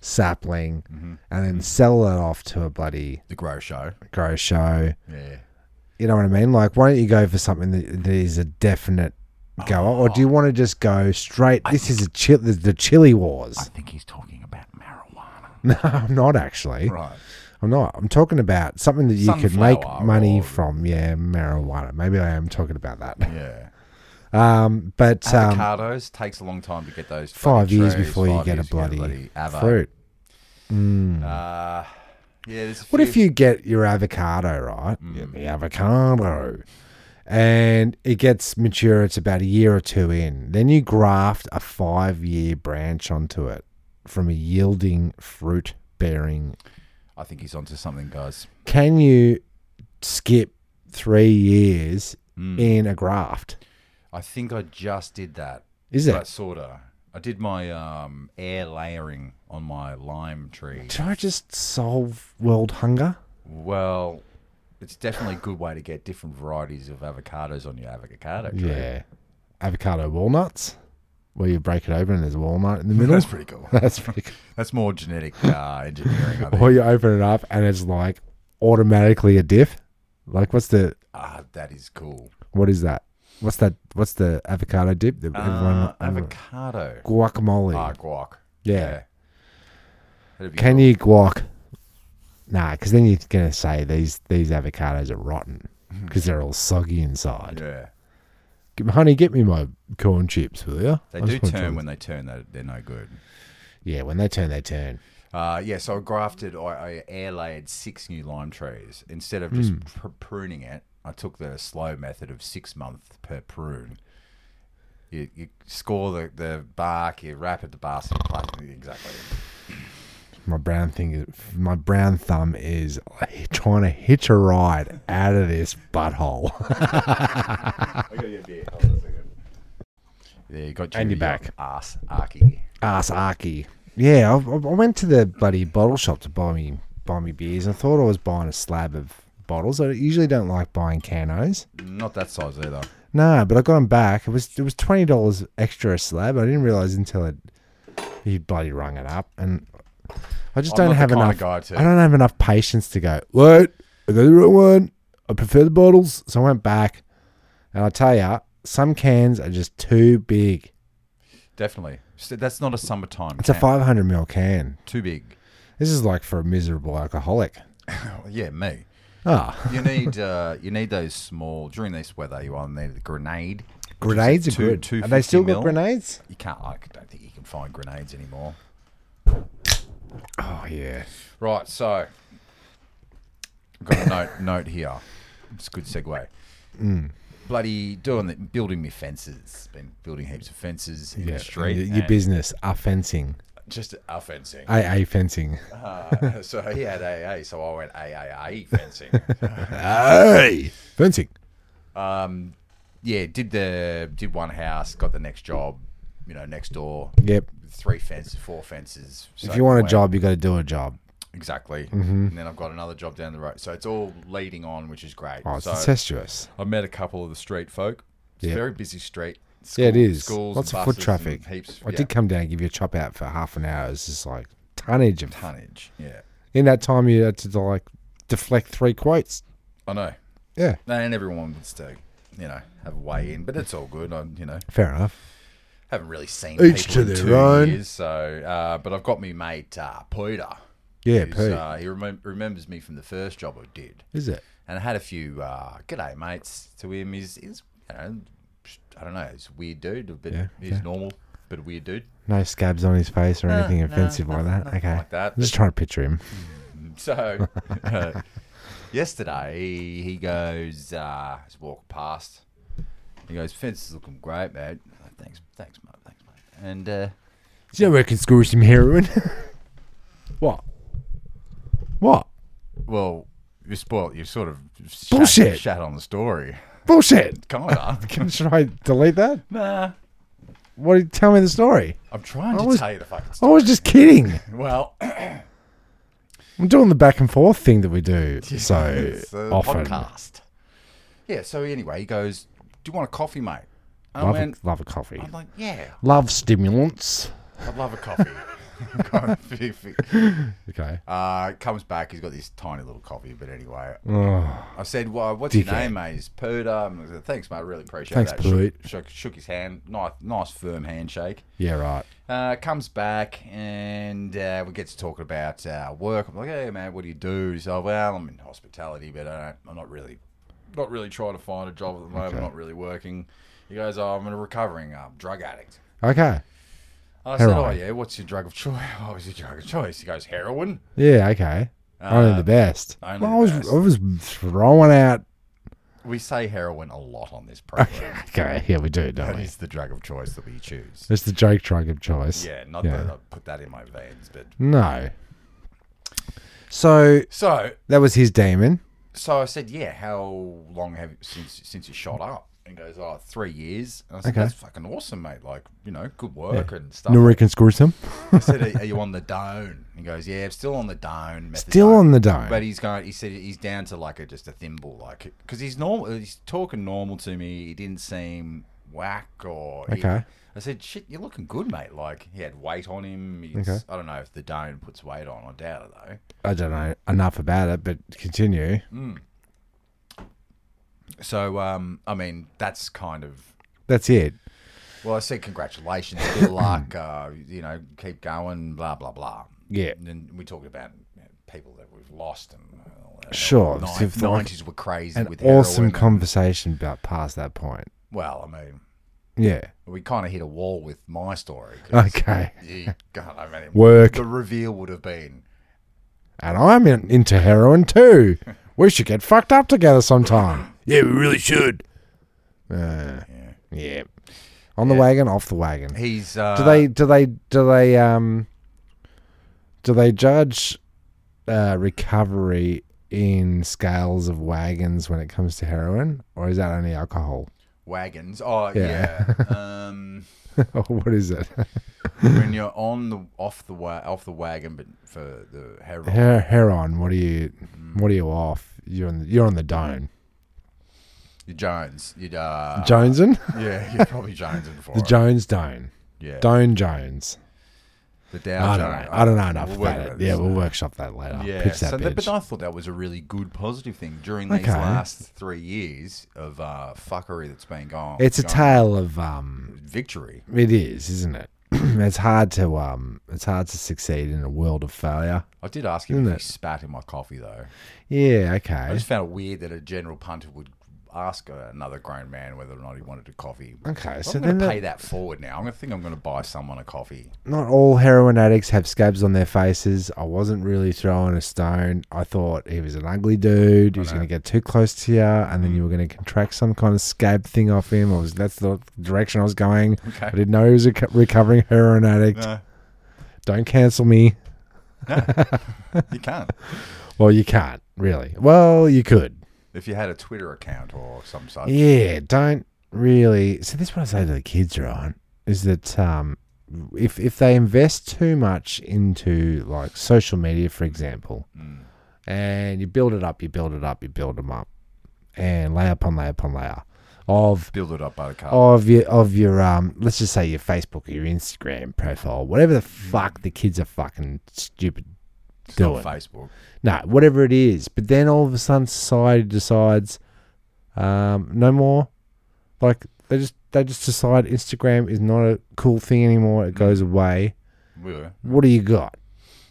Speaker 3: sapling
Speaker 2: Mm-hmm.
Speaker 3: and then sell it off to a bloody
Speaker 2: The Grow Show.
Speaker 3: grow show.
Speaker 2: Yeah.
Speaker 3: You know what I mean? Like, why don't you go for something that, that is a definite goer, or
Speaker 2: Oh.
Speaker 3: do you want to just go straight? this is a chill, the, the chili wars.
Speaker 2: I think he's talking about marijuana.
Speaker 3: no, I'm not actually.
Speaker 2: Right.
Speaker 3: I'm not. I'm talking about something that you could make
Speaker 2: Sunflower
Speaker 3: money
Speaker 2: or-
Speaker 3: from. Yeah, marijuana. Maybe I am talking about that.
Speaker 2: Yeah.
Speaker 3: Um, but um,
Speaker 2: Avocados takes a long time to get those.
Speaker 3: five
Speaker 2: fucking
Speaker 3: years
Speaker 2: trees,
Speaker 3: before you
Speaker 2: five
Speaker 3: get a
Speaker 2: years to
Speaker 3: bloody,
Speaker 2: avo.
Speaker 3: um, fruit.
Speaker 2: Uh, yeah. There's a
Speaker 3: What if
Speaker 2: few-
Speaker 3: you get your avocado right? Get the avocado, and it gets mature. It's about a year or two in. Then you graft a five-year branch onto it from a yielding fruit-bearing.
Speaker 2: I think he's onto something, guys.
Speaker 3: Can you skip three years in a graft?
Speaker 2: I think I just did that.
Speaker 3: Is it?
Speaker 2: But sorta. I did my um, air layering on my lime tree.
Speaker 3: Did I just solve world hunger?
Speaker 2: Well, it's definitely a good way to get different varieties of avocados on your avocado tree.
Speaker 3: Yeah. Avocado walnuts, where you break it open and there's a walnut in the middle.
Speaker 2: That's pretty cool.
Speaker 3: That's pretty cool.
Speaker 2: That's more genetic uh, engineering. I think.
Speaker 3: Or you open it up and it's like automatically a diff. Like, what's the,
Speaker 2: Ah, that is cool.
Speaker 3: what is that? What's that? What's the avocado dip? That
Speaker 2: Uh,
Speaker 3: everyone, everyone-
Speaker 2: avocado.
Speaker 3: guacamole.
Speaker 2: Ah, guac.
Speaker 3: Yeah.
Speaker 2: That'd be
Speaker 3: Can
Speaker 2: cool.
Speaker 3: you guac? Nah, because then you're gonna say these these avocados are rotten because they're all soggy inside.
Speaker 2: Mm-hmm. Yeah.
Speaker 3: G- Honey, get me my corn chips, will you?
Speaker 2: They do turn when they turn. They they're no good.
Speaker 3: yeah, when they turn, they turn.
Speaker 2: Uh, yeah, so I grafted, I, I air layered six new lime trees. Instead of
Speaker 3: Hmm.
Speaker 2: just pr- pruning it, I took the slow method of six month per prune. You, you score the, the bark, you wrap it, the bark, exactly.
Speaker 3: My brown thing is my brown thumb is trying to hitch a ride out of this butthole.
Speaker 2: There you got
Speaker 3: And you're back.
Speaker 2: Ass arky.
Speaker 3: Ass Arky. Yeah, I, I I went to the bloody bottle shop to buy me buy me beers, and I thought I was buying a slab of bottles. I usually don't like buying canos.
Speaker 2: Not that size either.
Speaker 3: No, but I got them back. It was it was twenty dollars extra a slab. I didn't realize until it he bloody rung it up, and I just
Speaker 2: I'm
Speaker 3: don't
Speaker 2: not the
Speaker 3: have
Speaker 2: kinda
Speaker 3: enough.
Speaker 2: guy to-
Speaker 3: I don't have enough patience to go. Wait, I got the wrong one. I prefer the bottles, so I went back, and I tell you, some cans are just too big.
Speaker 2: Definitely. So that's not a summertime.
Speaker 3: It's a
Speaker 2: can.
Speaker 3: five hundred ml can.
Speaker 2: Too big.
Speaker 3: This is like for a miserable alcoholic.
Speaker 2: Oh, yeah, me.
Speaker 3: Ah,
Speaker 2: You need uh, you need those small during this weather. You want need the grenade.
Speaker 3: grenades are
Speaker 2: Two-
Speaker 3: good.
Speaker 2: two
Speaker 3: Are they
Speaker 2: 50
Speaker 3: still got
Speaker 2: mil?
Speaker 3: grenades?
Speaker 2: You can't. I don't think you can find grenades anymore.
Speaker 3: Oh yeah.
Speaker 2: Right, so I've got a note note here. It's a good segue. Bloody doing the, building me fences. Been building heaps of fences in the street.
Speaker 3: Your, your
Speaker 2: and
Speaker 3: business, are fencing,
Speaker 2: just our fencing.
Speaker 3: AA fencing.
Speaker 2: Uh, so he had AA, so I went AAA fencing.
Speaker 3: Hey, fencing.
Speaker 2: yeah, did the did one house, got the next job, you know, next door.
Speaker 3: Yep.
Speaker 2: Three fences, four fences. So
Speaker 3: if you Mm-hmm. want a
Speaker 2: went-
Speaker 3: job, you got to do a job.
Speaker 2: exactly. And then I've got another job down the road, so it's all leading on, which is great.
Speaker 3: Oh, it's
Speaker 2: so,
Speaker 3: incestuous.
Speaker 2: I met a couple of the street folk. It's
Speaker 3: Yeah.
Speaker 2: a very busy street. School,
Speaker 3: Yeah, it is.
Speaker 2: Schools,
Speaker 3: Lots
Speaker 2: and
Speaker 3: of
Speaker 2: buses
Speaker 3: foot
Speaker 2: and
Speaker 3: traffic.
Speaker 2: Heaps.
Speaker 3: I
Speaker 2: yeah.
Speaker 3: did come down and give you a chop out for half an hour. It's just like tonnage of.
Speaker 2: tonnage. Yeah,
Speaker 3: In that time, you had to like deflect three quotes.
Speaker 2: I know.
Speaker 3: Yeah,
Speaker 2: And everyone wants to, you know, have a way in, but it's all good. I, you know,
Speaker 3: fair enough.
Speaker 2: haven't really seen
Speaker 3: Each
Speaker 2: people
Speaker 3: to
Speaker 2: in
Speaker 3: their
Speaker 2: two
Speaker 3: own.
Speaker 2: years. So, uh, but I've got me mate uh, Peter.
Speaker 3: Yeah,
Speaker 2: who's,
Speaker 3: Pete.
Speaker 2: Uh, he remem- remembers me from the first job I did.
Speaker 3: Is it?
Speaker 2: and I had a few uh, g'day mates to him. He's, he's you know, I don't know, he's a weird dude, but
Speaker 3: Yeah,
Speaker 2: he's normal, but a weird dude.
Speaker 3: No scabs on his face
Speaker 2: Uh,
Speaker 3: or anything offensive like that. Okay.
Speaker 2: like that.
Speaker 3: I'm just trying to picture him.
Speaker 2: So uh, yesterday he, he goes, uh, he's walked past. He goes, fence is looking great, mate. I'm like, thanks, thanks, mate, thanks, mate. And uh,
Speaker 3: Do you know where I can score some heroin? what? What?
Speaker 2: well, you spoiled, you sort of shat-
Speaker 3: Bullshit.
Speaker 2: shat on the story,
Speaker 3: Bullshit.
Speaker 2: kinda.
Speaker 3: Should I delete that?
Speaker 2: nah,
Speaker 3: What? do you- Tell me the story.
Speaker 2: I'm trying
Speaker 3: I
Speaker 2: to
Speaker 3: was- Oh.
Speaker 2: tell you the fucking
Speaker 3: I
Speaker 2: story.
Speaker 3: was just kidding.
Speaker 2: Well,
Speaker 3: I'm doing the back and forth thing that we do so
Speaker 2: it's a
Speaker 3: often.
Speaker 2: podcast. Yeah. So anyway, he goes, "Do you want a coffee, mate?" I
Speaker 3: Love,
Speaker 2: went,
Speaker 3: a, love a coffee.
Speaker 2: I'm like, yeah,
Speaker 3: Love stimulants.
Speaker 2: I'd love a coffee. Kind of fifty.
Speaker 3: Okay.
Speaker 2: uh, comes back, he's got this tiny little coffee, but anyway.
Speaker 3: Oh,
Speaker 2: I said, well, what's your
Speaker 3: Dickhead.
Speaker 2: name, mate? He's Pooter. Um, I said, Thanks, mate. I really appreciate
Speaker 3: Thanks,
Speaker 2: that.
Speaker 3: Poot.
Speaker 2: Shook, shook, shook his hand. Nice, nice firm handshake.
Speaker 3: yeah, right.
Speaker 2: Uh, comes back and uh, we get to talking about uh, work. I'm like, hey man, what do you do? He's like, well, I'm in hospitality, but I don't, I'm not really, not really trying to find a job at the moment.
Speaker 3: Okay.
Speaker 2: Not really working. He goes, oh, I'm a recovering um, drug addict.
Speaker 3: Okay.
Speaker 2: I said, oh
Speaker 3: Heroin.
Speaker 2: yeah, what's your drug of choice? What was your drug of choice? He goes, heroin.
Speaker 3: Yeah, okay. only the best.
Speaker 2: Uh, only
Speaker 3: Well,
Speaker 2: the
Speaker 3: I
Speaker 2: best.
Speaker 3: was I was throwing out.
Speaker 2: We say heroin a lot on this program.
Speaker 3: Okay, yeah, we do, don't
Speaker 2: that
Speaker 3: we?
Speaker 2: is the drug of choice that we choose.
Speaker 3: It's the joke drug of choice.
Speaker 2: Yeah, not
Speaker 3: Yeah.
Speaker 2: that I put that in my veins, but
Speaker 3: No. So
Speaker 2: so
Speaker 3: that was his demon.
Speaker 2: so I said, yeah. How long have since since you shot up? And he goes, oh, three years. And I said,
Speaker 3: Okay.
Speaker 2: that's fucking awesome, mate. Like, you know, good work and stuff.
Speaker 3: No can screw him.
Speaker 2: I said, are, are you on the down? He goes, yeah, I'm still on the down.
Speaker 3: Still on the dome.
Speaker 2: But he's going. He said he's down to like a just a thimble, like because he's normal. He's talking normal to me. He didn't seem whack or he-
Speaker 3: Okay.
Speaker 2: I said, "Shit, you're looking good, mate." Like he had weight on him. He's,
Speaker 3: Okay.
Speaker 2: I don't know if the dome puts weight on. I doubt it though.
Speaker 3: I don't know enough about it, but continue.
Speaker 2: Mm. So, um, I mean, that's kind of.
Speaker 3: That's it.
Speaker 2: Well, I said congratulations, good luck. Uh, you know, keep going. Blah blah blah.
Speaker 3: Yeah.
Speaker 2: And then we talked about you know, people that we've lost and. all that.
Speaker 3: Sure, so
Speaker 2: Nin-
Speaker 3: if like
Speaker 2: Nineties were crazy
Speaker 3: An
Speaker 2: with
Speaker 3: awesome
Speaker 2: heroin.
Speaker 3: conversation about past that point.
Speaker 2: well, I mean,
Speaker 3: Yeah.
Speaker 2: we kind of hit a wall with my story. 'cause
Speaker 3: Okay.
Speaker 2: you- God, I mean,
Speaker 3: Work.
Speaker 2: The reveal would have been.
Speaker 3: And I'm in, into heroin too. We should get fucked up together sometime. yeah, we really should. Uh,
Speaker 2: Yeah.
Speaker 3: yeah. On the wagon, off the wagon.
Speaker 2: He's. Uh,
Speaker 3: do they do they do they um do they judge uh, recovery in scales of wagons when it comes to heroin or is that only alcohol
Speaker 2: wagons? Oh
Speaker 3: Yeah.
Speaker 2: yeah. um,
Speaker 3: or what is it
Speaker 2: when you're on the off the wa- off the wagon, but for the heroin.
Speaker 3: Her- heroin what are you
Speaker 2: Mm.
Speaker 3: what are you off you're on the, you're on the dome
Speaker 2: You're Jones. You'd uh
Speaker 3: Jonesin
Speaker 2: Yeah, you're probably Jones before.
Speaker 3: the
Speaker 2: it.
Speaker 3: Jones dome
Speaker 2: yeah.
Speaker 3: Dome Jones
Speaker 2: The Dow
Speaker 3: I don't
Speaker 2: Jones.
Speaker 3: know I don't know enough
Speaker 2: We'll work
Speaker 3: about it
Speaker 2: this
Speaker 3: yeah we'll
Speaker 2: out.
Speaker 3: workshop that later
Speaker 2: Yeah.
Speaker 3: pitch that
Speaker 2: so that,
Speaker 3: bitch
Speaker 2: but I thought that was a really good positive thing during these
Speaker 3: Okay.
Speaker 2: last three years of uh, fuckery that's been going.
Speaker 3: it's a
Speaker 2: going-
Speaker 3: tale of um
Speaker 2: victory.
Speaker 3: It is, isn't it? it's hard to um, it's hard to succeed in a world of failure.
Speaker 2: I did ask him
Speaker 3: Isn't
Speaker 2: if
Speaker 3: it?
Speaker 2: he spat in my coffee though.
Speaker 3: Yeah,
Speaker 2: I
Speaker 3: okay,
Speaker 2: just found it weird that a general punter would ask another grown man whether or not he wanted a coffee.
Speaker 3: okay. So
Speaker 2: I'm going
Speaker 3: then,
Speaker 2: to
Speaker 3: the-
Speaker 2: pay that forward now. I'm going to think I'm going to buy someone a coffee.
Speaker 3: not all heroin addicts have scabs on their faces. I wasn't really throwing a stone. I thought he was an ugly dude. He was going to get too close to you, and
Speaker 2: Mm.
Speaker 3: then you were going to contract some kind of scab thing off him. Or was that's the direction I was going?
Speaker 2: Okay.
Speaker 3: I didn't know he was a co- recovering heroin addict.
Speaker 2: No.
Speaker 3: Don't cancel me.
Speaker 2: You can't.
Speaker 3: Well, you can't really. Well, you could.
Speaker 2: if you had a Twitter account or some such.
Speaker 3: Yeah, don't really. So this is what I say to the kids, right? Is that um, if if they invest too much into like social media, for example,
Speaker 2: Mm.
Speaker 3: and you build it up, you build it up, you build them up, and layer upon layer upon layer of
Speaker 2: Build it up by the car.
Speaker 3: of your of your um, let's just say your Facebook or your Instagram profile, whatever the fuck the kids are fucking stupid
Speaker 2: It's
Speaker 3: doing.
Speaker 2: not Facebook.
Speaker 3: No, whatever it is. But then all of a sudden, society decides um, no more. Like they just they just decide Instagram is not a cool thing anymore. It goes away.
Speaker 2: Yeah.
Speaker 3: What do you got?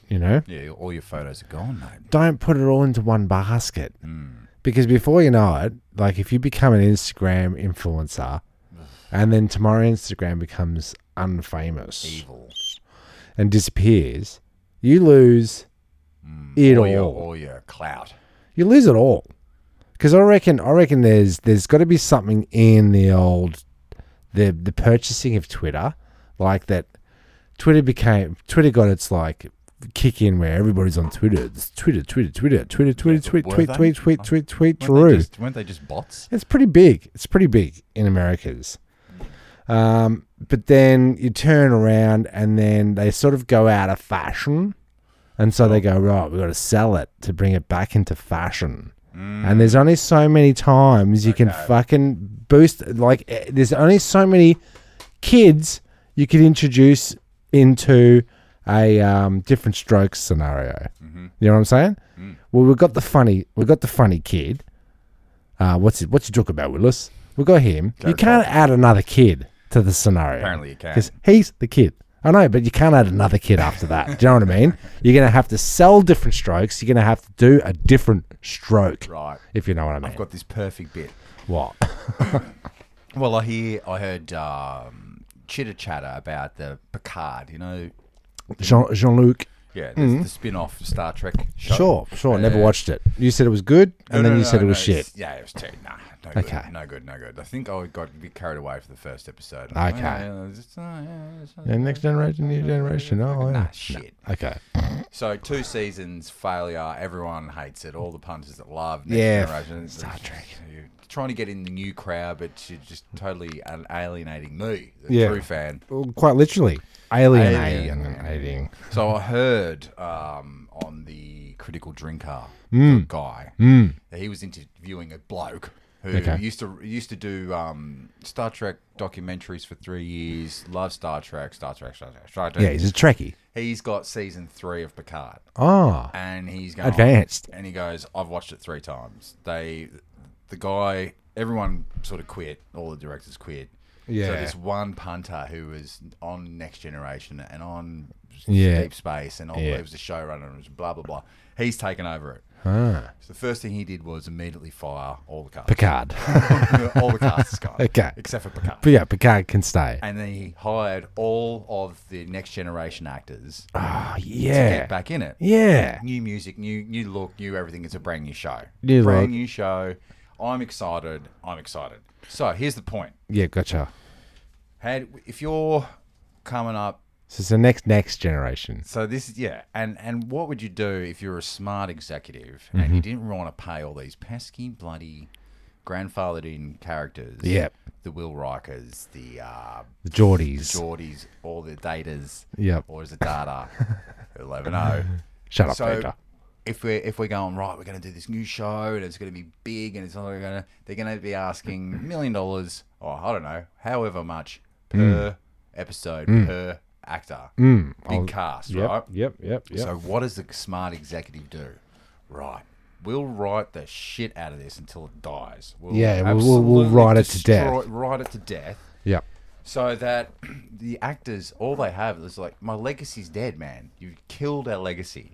Speaker 3: You know,
Speaker 2: Yeah, all your photos are gone, mate.
Speaker 3: don't put it all into one basket
Speaker 2: Mm.
Speaker 3: because before you know it, like if you become an Instagram influencer, and then tomorrow Instagram becomes unfamous
Speaker 2: Evil.
Speaker 3: and disappears, you lose it
Speaker 2: all Your,
Speaker 3: all.
Speaker 2: all your clout.
Speaker 3: you lose it all. Because I reckon, I reckon there's there's got to be something in the old, the the purchasing of Twitter, like that. Twitter became Twitter got its like kick in where everybody's on Twitter. It's Twitter, Twitter, Twitter, Twitter, Twitter,
Speaker 2: but
Speaker 3: tweet,
Speaker 2: were
Speaker 3: tweet,
Speaker 2: they?
Speaker 3: tweet, tweet, tweet,
Speaker 2: Weren't
Speaker 3: tweet,
Speaker 2: they,
Speaker 3: through.
Speaker 2: just, weren't they just bots?
Speaker 3: It's pretty big. It's pretty big in America's. Um, but then you turn around and then they sort of go out
Speaker 2: Oh.
Speaker 3: of fashion. And so they go, right, we've got to sell it to bring it back into fashion.
Speaker 2: Mm.
Speaker 3: And there's only so many times you can fucking boost. Like, eh, there's only so many kids you could introduce into a um, different strokes scenario.
Speaker 2: Mm-hmm.
Speaker 3: You know what I'm saying?
Speaker 2: Mm.
Speaker 3: Well, we've got the funny, we've got the funny kid. Uh, what's it, what's you talk about, Willis? We got him. you can't add another kid to the scenario.
Speaker 2: Apparently you can.
Speaker 3: because he's the kid. I know, but you can't add another kid after that. Do you know what I mean? You're gonna have to sell different strokes. You're gonna have to do a different stroke,
Speaker 2: Right.
Speaker 3: If you know what I mean.
Speaker 2: I've got this perfect bit.
Speaker 3: what?
Speaker 2: Well, I hear I heard um, chitter chatter about the Picard. You know,
Speaker 3: Jean Jean Luc.
Speaker 2: yeah, there's the spin-off Star Trek. Show.
Speaker 3: Mm-hmm. Sure, sure. never
Speaker 2: Uh,
Speaker 3: watched it. You said it was good,
Speaker 2: No,
Speaker 3: and
Speaker 2: no,
Speaker 3: then you
Speaker 2: no,
Speaker 3: said it
Speaker 2: no,
Speaker 3: was
Speaker 2: it's-
Speaker 3: shit.
Speaker 2: Yeah, it was ter- nah, no good,
Speaker 3: Okay.
Speaker 2: no good, no good. I think I got a bit carried away for the first episode. uh,
Speaker 3: Okay.
Speaker 2: yeah,
Speaker 3: And next generation, new generation. Oh, yeah.
Speaker 2: Nah, shit.
Speaker 3: Okay.
Speaker 2: So two seasons, failure. Everyone hates it. All the punters that love Next
Speaker 3: Yeah,
Speaker 2: Generation. Star
Speaker 3: Trek.
Speaker 2: You're trying to get in the new crowd, but you're just totally al- alienating me, the
Speaker 3: Yeah.
Speaker 2: true fan.
Speaker 3: Well, quite literally, alienating.
Speaker 2: Alienating. So I heard um, on the Critical Drinker
Speaker 3: Hmm.
Speaker 2: the guy that he was interviewing a bloke who
Speaker 3: Okay.
Speaker 2: used to used to do um, Star Trek documentaries for three years. Loved Star Trek, Star Trek, Star Trek, Star Trek.
Speaker 3: Yeah, he's a Trekkie.
Speaker 2: he's got season three of Picard,
Speaker 3: Oh,
Speaker 2: and he's going
Speaker 3: advanced.
Speaker 2: and he goes, "I've watched it three times." They, the guy, everyone sort of quit. All the directors quit. So
Speaker 3: Yeah.
Speaker 2: this one punter who was on Next Generation and on
Speaker 3: Yeah.
Speaker 2: Deep Space and all,
Speaker 3: Yeah.
Speaker 2: he was the showrunner and it was blah blah blah. He's taken over it.
Speaker 3: Ah.
Speaker 2: So the first thing he did was immediately fire all the cast,
Speaker 3: Picard.
Speaker 2: all the cast guys,
Speaker 3: Okay.
Speaker 2: except for Picard.
Speaker 3: but yeah, Picard can stay.
Speaker 2: And then he hired all of the Next Generation actors
Speaker 3: Oh,
Speaker 2: to
Speaker 3: yeah.
Speaker 2: get back in it.
Speaker 3: Yeah.
Speaker 2: New music, new new look, new everything. It's a brand new show.
Speaker 3: New
Speaker 2: brand
Speaker 3: look.
Speaker 2: new show. I'm excited. I'm excited. So here's the point.
Speaker 3: Yeah, gotcha.
Speaker 2: Had if you're coming up,
Speaker 3: So it's the next next generation.
Speaker 2: so this is yeah, and and what would you do if you're a smart executive and
Speaker 3: Mm-hmm.
Speaker 2: you didn't want to pay all these pesky bloody grandfathered in characters?
Speaker 3: Yep.
Speaker 2: The Will Rikers, the uh,
Speaker 3: The Geordies.
Speaker 2: Geordies, all the Datas,
Speaker 3: Yep.
Speaker 2: or is it Data? oh. You'll never know.
Speaker 3: Shut up,
Speaker 2: So
Speaker 3: Peter.
Speaker 2: if we're if we're going right, we're going to do this new show and it's going to be big and it's not going to they're going to be asking million dollars or I don't know however much per
Speaker 3: Hmm.
Speaker 2: episode per actor big cast right.
Speaker 3: Yep. Yep. Yep.
Speaker 2: So what does the smart executive do? Right, we'll write the shit out of this until it dies. We'll
Speaker 3: Yeah, we'll- we'll- we'll
Speaker 2: absolutely
Speaker 3: write it to death.
Speaker 2: destroy- Write it to death
Speaker 3: yep.
Speaker 2: so that the actors all they have is like my legacy's dead man you've killed our legacy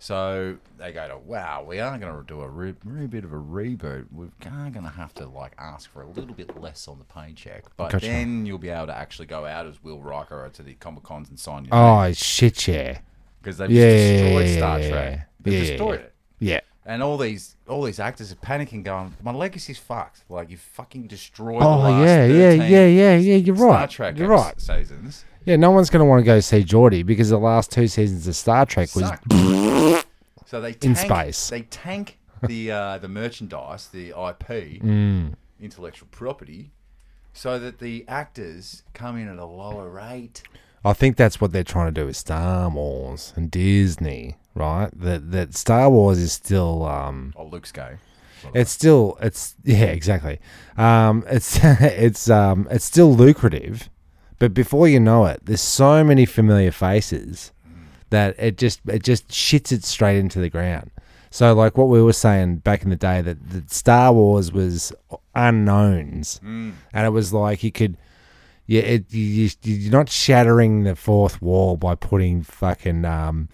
Speaker 2: so they go to wow we are going to do a re- re- bit of a reboot we're going to have to like ask for a little bit less on the paycheck but
Speaker 3: Gotcha.
Speaker 2: then you'll be able to actually go out as will riker to the comic cons and sign your
Speaker 3: Oh shit! Yeah.
Speaker 2: because they've
Speaker 3: Yeah.
Speaker 2: just destroyed star
Speaker 3: yeah,
Speaker 2: trek
Speaker 3: Yeah.
Speaker 2: they've
Speaker 3: yeah,
Speaker 2: destroyed it
Speaker 3: Yeah.
Speaker 2: and all these all these actors are panicking going my legacy's fucked like you fucking destroyed the
Speaker 3: Oh
Speaker 2: last
Speaker 3: yeah, yeah,
Speaker 2: 13
Speaker 3: yeah, yeah, yeah. You're
Speaker 2: Star
Speaker 3: right.
Speaker 2: Trek
Speaker 3: You're
Speaker 2: ex-
Speaker 3: right.
Speaker 2: seasons
Speaker 3: Yeah, no one's gonna want to go see Geordie because the last two seasons of Star Trek was
Speaker 2: sucked. so they tank,
Speaker 3: In space.
Speaker 2: They tank the uh, the merchandise, the IP,
Speaker 3: Mm.
Speaker 2: intellectual property, so that the actors come in at a lower rate.
Speaker 3: I think that's what they're trying to do with Star Wars and Disney, right? That that Star Wars is still um
Speaker 2: Oh, Luke's going.
Speaker 3: it's still it's yeah, exactly. Um it's it's um it's still lucrative, but before you know it, there's so many familiar faces that it just it just shits it straight into the ground. So like what we were saying back in the day that, that Star Wars was unknowns. And it was like you could yeah, it, you, you- you're not shattering the fourth wall by putting fucking um,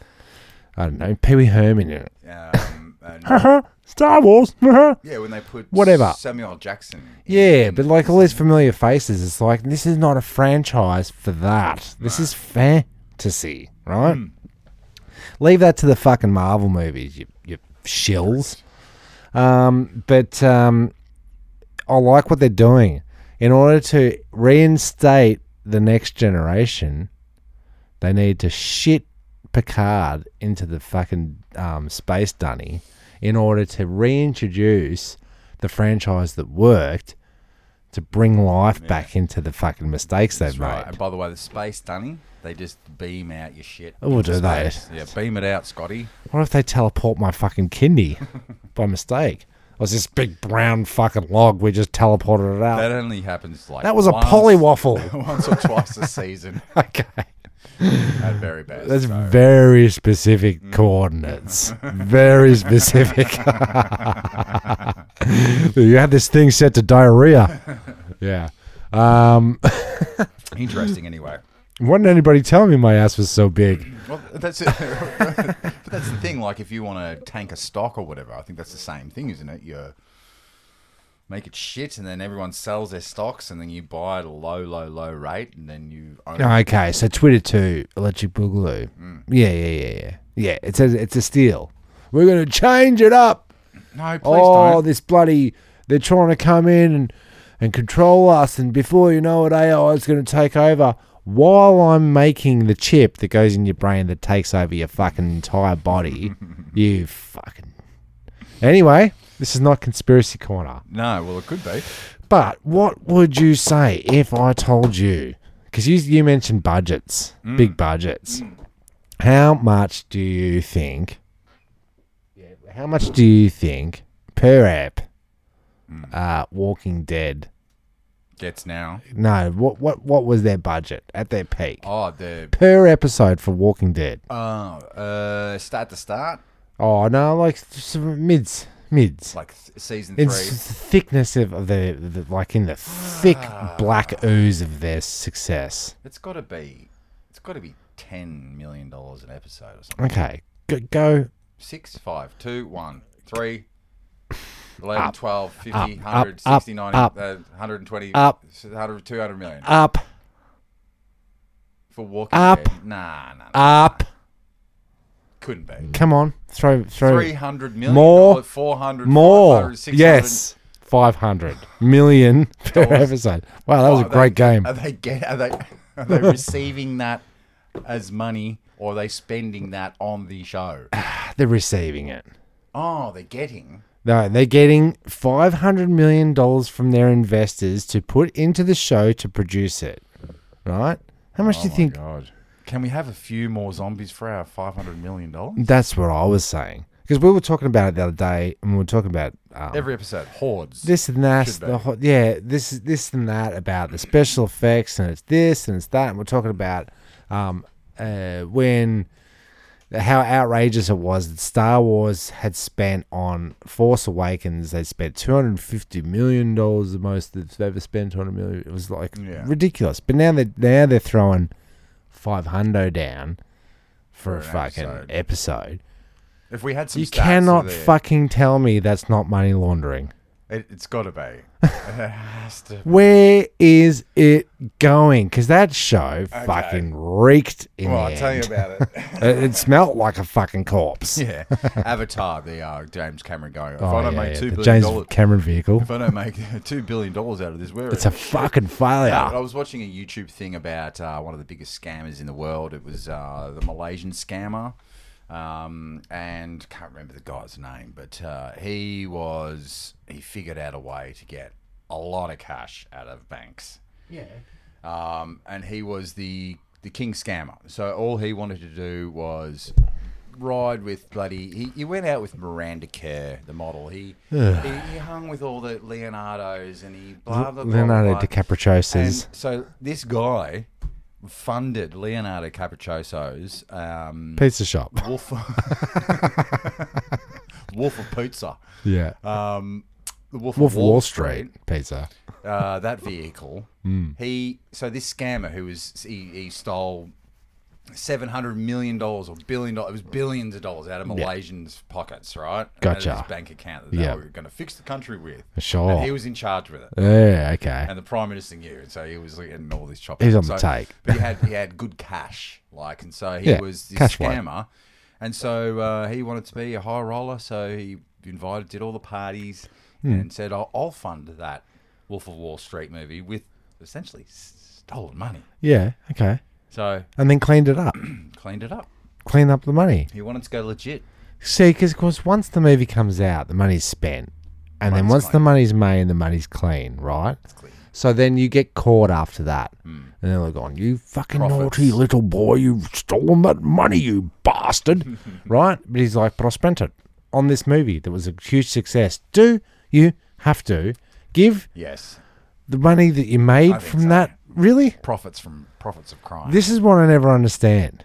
Speaker 3: I don't know, Pee Wee Herman in it.
Speaker 2: Um, and,
Speaker 3: Star Wars.
Speaker 2: yeah, when they put
Speaker 3: Whatever.
Speaker 2: Samuel L. Jackson. in-
Speaker 3: yeah, but like all these familiar faces, it's like this is not a franchise for that. This is fantasy, right? Leave that to the fucking Marvel movies, you you shills. Um, but um, I like what they're doing. In order to reinstate the next generation, they need to shit Picard into the fucking um, space dunny in order to reintroduce the franchise that worked to bring life back into the fucking mistakes they've
Speaker 2: That's right.
Speaker 3: made.
Speaker 2: And by the way, the space dunny, they just beam out your shit.
Speaker 3: Oh,
Speaker 2: into
Speaker 3: do they?
Speaker 2: space. Yeah, beam it out, Scotty.
Speaker 3: What if they teleport my fucking kidney by mistake? was this big brown fucking log. We just teleported it out.
Speaker 2: That
Speaker 3: Uh, That,
Speaker 2: only happens like
Speaker 3: was a
Speaker 2: once-
Speaker 3: polywaffle.
Speaker 2: once or twice a season
Speaker 3: okay.
Speaker 2: at very best.
Speaker 3: That's
Speaker 2: so.
Speaker 3: very specific coordinates. very specific. you had this thing set to diarrhea. Yeah. Um,
Speaker 2: interesting anyway.
Speaker 3: why didn't anybody tell me my ass was so big?
Speaker 2: Well, that's it. but that's the thing. Like, if you want to tank a stock or whatever, I think that's the same thing, isn't it? You make it shit, and then everyone sells their stocks, and then you buy at a low, low, low rate, and then you own. it.
Speaker 3: Oh, Okay, so Twitter too, Electric Boogaloo. Yeah, yeah, yeah, yeah. Yeah, it's a, it's a steal. We're going to change it up.
Speaker 2: No, please
Speaker 3: oh,
Speaker 2: don't.
Speaker 3: this bloody, they're trying to come in and, and control us. And before you know it, AI is going to take over. While I'm making the chip that goes in your brain that takes over your fucking entire body, you fucking. Anyway, this is not Conspiracy Corner.
Speaker 2: no, well, it could be.
Speaker 3: But what would you say if I told you? Because you, you mentioned budgets,
Speaker 2: Mm.
Speaker 3: big budgets. How much do you think? Yeah, how much do you think per app?
Speaker 2: Mm.
Speaker 3: Uh, Walking Dead.
Speaker 2: Gets now.
Speaker 3: No, what what what was their budget at their peak
Speaker 2: Oh, the
Speaker 3: per episode for Walking Dead?
Speaker 2: oh, uh, start to start,
Speaker 3: Oh no, like s- mids mids.
Speaker 2: like th- season three.
Speaker 3: in s- thickness of of the, the like in the thick
Speaker 2: Ah.
Speaker 3: black ooze of their success.
Speaker 2: It's got to be. It's got to be ten million dollars an episode or something.
Speaker 3: Okay, go, go
Speaker 2: Six, five, two, one, three. 11,
Speaker 3: Up,
Speaker 2: 12, 50,
Speaker 3: up,
Speaker 2: 100,
Speaker 3: up,
Speaker 2: 60, 90,
Speaker 3: up,
Speaker 2: uh, 120,
Speaker 3: up.
Speaker 2: 100, 200 million.
Speaker 3: up,
Speaker 2: For Walking
Speaker 3: up,
Speaker 2: Dead. Nah, nah, nah.
Speaker 3: up.
Speaker 2: Couldn't be.
Speaker 3: Come on, throw, throw
Speaker 2: 300 million.
Speaker 3: More.
Speaker 2: dollar, 400,
Speaker 3: more.
Speaker 2: 500, 600.
Speaker 3: Yes, five hundred million per
Speaker 2: Dollars.
Speaker 3: episode. Wow, that was
Speaker 2: Are
Speaker 3: a great
Speaker 2: they-
Speaker 3: game.
Speaker 2: Are they, get, are they, are they receiving that as money or are they spending that on the show?
Speaker 3: They're receiving it.
Speaker 2: Oh, they're getting.
Speaker 3: No, they're getting five hundred million dollars from their investors to put into the show to produce it. Right? How much do you think?
Speaker 2: Oh God. Can we have a few more zombies for our $500 million?
Speaker 3: That's what I was saying because we were talking about it the other day, and we were talking about um,
Speaker 2: Every episode, hordes.
Speaker 3: this and that,
Speaker 2: Should
Speaker 3: the whole, yeah, this is this and that about the special effects, and it's this and it's that, and we're talking about um, uh, when how outrageous it was that Star Wars had spent on Force Awakens. They spent two hundred and fifty million dollars, the most they've ever spent. Two hundred million. It was like
Speaker 2: Yeah.
Speaker 3: ridiculous. But now they now they're throwing five hundo down for, a
Speaker 2: an
Speaker 3: fucking
Speaker 2: episode.
Speaker 3: episode.
Speaker 2: If we had some,
Speaker 3: You
Speaker 2: stats
Speaker 3: cannot
Speaker 2: with it,
Speaker 3: fucking tell me that's not money laundering.
Speaker 2: It, it's got to be. it has to.
Speaker 3: Where is it going? Because that show fucking reeked in
Speaker 2: Well,
Speaker 3: the
Speaker 2: I'll tell you
Speaker 3: end.
Speaker 2: about it.
Speaker 3: it, it smelled like a fucking corpse.
Speaker 2: yeah, Avatar, the uh, James Cameron going. If
Speaker 3: Oh,
Speaker 2: I don't
Speaker 3: yeah,
Speaker 2: make
Speaker 3: yeah,
Speaker 2: two
Speaker 3: the
Speaker 2: billion
Speaker 3: James
Speaker 2: dollars,
Speaker 3: Cameron vehicle.
Speaker 2: if I don't make two billion dollars out of this, where
Speaker 3: It's a fucking failure.
Speaker 2: I was watching a YouTube thing about uh, one of the biggest scammers in the world. It was uh, the Malaysian scammer, um, and can't remember the guy's name, but uh, he was he figured out a way to get a lot of cash out of banks. Yeah. Um, and he was the the king scammer. So all he wanted to do was ride with bloody. He, he went out with Miranda Kerr, the model. He, he he hung with all the Leonardos and he blah blah blah.
Speaker 3: Leonardo
Speaker 2: blah.
Speaker 3: DiCaprio's.
Speaker 2: And so this guy funded Leonardo Capriccioso's um,
Speaker 3: Pizza shop.
Speaker 2: Wolf Wolf of Pizza,
Speaker 3: Yeah.
Speaker 2: um, the Wolf,
Speaker 3: Wolf
Speaker 2: of
Speaker 3: of Wall Street Hmm. pizza.
Speaker 2: uh, that vehicle. He so this scammer who was he, he stole seven hundred million dollars or billion dollars. It was billions of dollars out of Malaysians' pockets, right? Out
Speaker 3: Gotcha.
Speaker 2: of his bank account that
Speaker 3: Yeah.
Speaker 2: they were going to fix the country with.
Speaker 3: Sure.
Speaker 2: And he was in charge with it
Speaker 3: Yeah, okay.
Speaker 2: and the prime minister knew, and so he was getting all this chopping.
Speaker 3: He's on
Speaker 2: so,
Speaker 3: the take.
Speaker 2: But he had he had good cash, like, and so he
Speaker 3: Yeah,
Speaker 2: was this
Speaker 3: cash flow.
Speaker 2: scammer, and so uh, he wanted to be a high roller, so he invited, did all the parties,
Speaker 3: Hmm.
Speaker 2: and said, I'll, "I'll fund that Wolf of Wall Street movie with essentially s- stolen money."
Speaker 3: Yeah, okay.
Speaker 2: So
Speaker 3: And then cleaned it up.
Speaker 2: cleaned it up.
Speaker 3: Cleaned up the money.
Speaker 2: He wanted to go legit.
Speaker 3: See, because of course, once the movie comes out, the money's spent, and then
Speaker 2: Money's
Speaker 3: once the money's made, the money's clean, right?
Speaker 2: clean. Hmm.
Speaker 3: So then you get caught after that, and then they're going, "You fucking naughty little boy, you've stolen that money, you bastard!" right? But he's like, "But I spent it. on this movie that was a huge success. Do you have to give
Speaker 2: Yes.
Speaker 3: the money that you
Speaker 2: I
Speaker 3: made
Speaker 2: think
Speaker 3: from
Speaker 2: so.
Speaker 3: that? Really?
Speaker 2: Profits from profits of crime.
Speaker 3: This is what I never understand.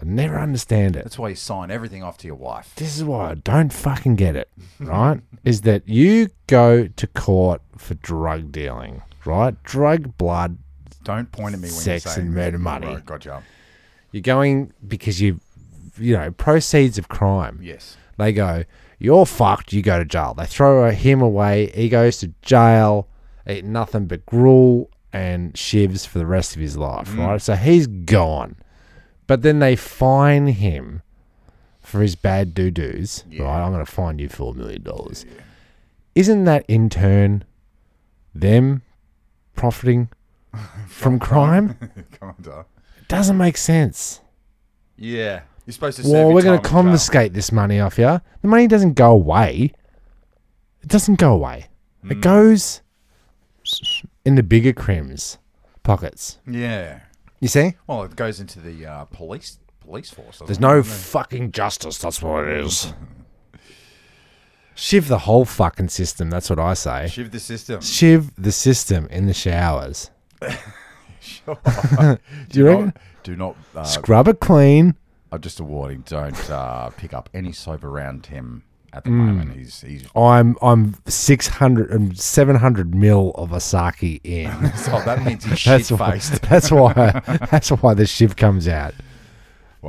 Speaker 3: I never understand it.
Speaker 2: That's why you sign everything off to your wife.
Speaker 3: This is why I don't fucking get it, right? is that you go to court for drug dealing, right? Drug, blood,
Speaker 2: Don't point at me when
Speaker 3: Sex
Speaker 2: you say
Speaker 3: and murder money.
Speaker 2: Right, gotcha.
Speaker 3: You're going because you, you know, proceeds of crime.
Speaker 2: Yes.
Speaker 3: They go, you're fucked. You go to jail. They throw him away. He goes to jail, eat nothing but gruel and shivs for the rest of his life. Right. So he's gone. But then they fine him for his bad doo doos. Right. I'm going to fine you four million dollars. Isn't that in turn them profiting from crime?
Speaker 2: Come on, Dar.
Speaker 3: Doesn't make sense.
Speaker 2: Yeah. You're supposed to. serve
Speaker 3: Well,
Speaker 2: your
Speaker 3: we're going
Speaker 2: time
Speaker 3: to
Speaker 2: in jail.
Speaker 3: confiscate this money off you. The money doesn't go away. It doesn't go away.
Speaker 2: Mm.
Speaker 3: It goes in the bigger crims pockets.
Speaker 2: Yeah.
Speaker 3: You see?
Speaker 2: Well, it goes into the uh, police police force. doesn't
Speaker 3: There's
Speaker 2: it?
Speaker 3: no fucking justice. That's what it is. Shiv the whole fucking system. That's what I say.
Speaker 2: shiv the system.
Speaker 3: Shiv the system in the showers.
Speaker 2: Sure.
Speaker 3: Do you reckon?
Speaker 2: Not- do not. Uh,
Speaker 3: Scrub it clean.
Speaker 2: I'm just a warning. Don't uh, pick up any soap around him at
Speaker 3: Hmm.
Speaker 2: the moment. He's he's
Speaker 3: I'm I'm 600 and 700 mil of Asaki in.
Speaker 2: oh, that means he's shit
Speaker 3: That's why.
Speaker 2: faced.
Speaker 3: That's why. That's why the shiv comes out.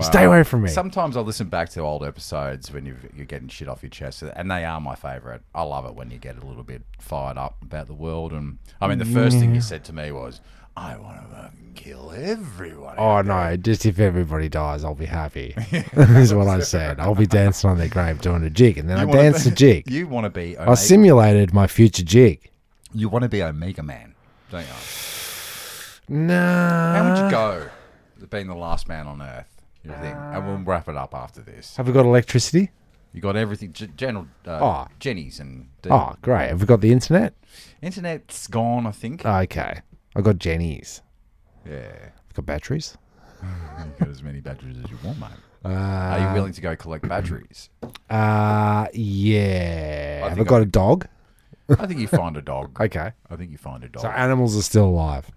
Speaker 3: Stay away from me.
Speaker 2: Sometimes I listen back to old episodes when you've, you're getting shit off your chest, and they are my favourite. I love it when you get a little bit fired up about the world. And I mean, the first thing you said to me was, "I want to fucking kill everyone."
Speaker 3: oh no! Just if everybody dies, I'll be happy. is what I said. I'll be dancing on their grave doing a jig, and then I
Speaker 2: wanna
Speaker 3: danced
Speaker 2: be-
Speaker 3: a jig.
Speaker 2: You want to be Omega,
Speaker 3: I simulated my future jig.
Speaker 2: you want to be Omega Man, don't you?
Speaker 3: Nah.
Speaker 2: How would you go with being the last man on Earth? You think?
Speaker 3: Uh.
Speaker 2: and we'll wrap it up after this.
Speaker 3: Have we got electricity?
Speaker 2: You got everything, G- General uh,
Speaker 3: Oh.
Speaker 2: Jenny's and the
Speaker 3: Oh, great! Have we got the internet?
Speaker 2: internet's gone. I think.
Speaker 3: Uh. Okay. I got Jenny's.
Speaker 2: yeah.
Speaker 3: I've got batteries.
Speaker 2: You got as many batteries as you want, mate. Are you willing to go collect batteries?
Speaker 3: Uh, yeah.
Speaker 2: I
Speaker 3: Have I
Speaker 2: think
Speaker 3: got
Speaker 2: I-
Speaker 3: a dog?
Speaker 2: I think you find a dog.
Speaker 3: Okay.
Speaker 2: I think you find a dog.
Speaker 3: So uh, animals are still alive.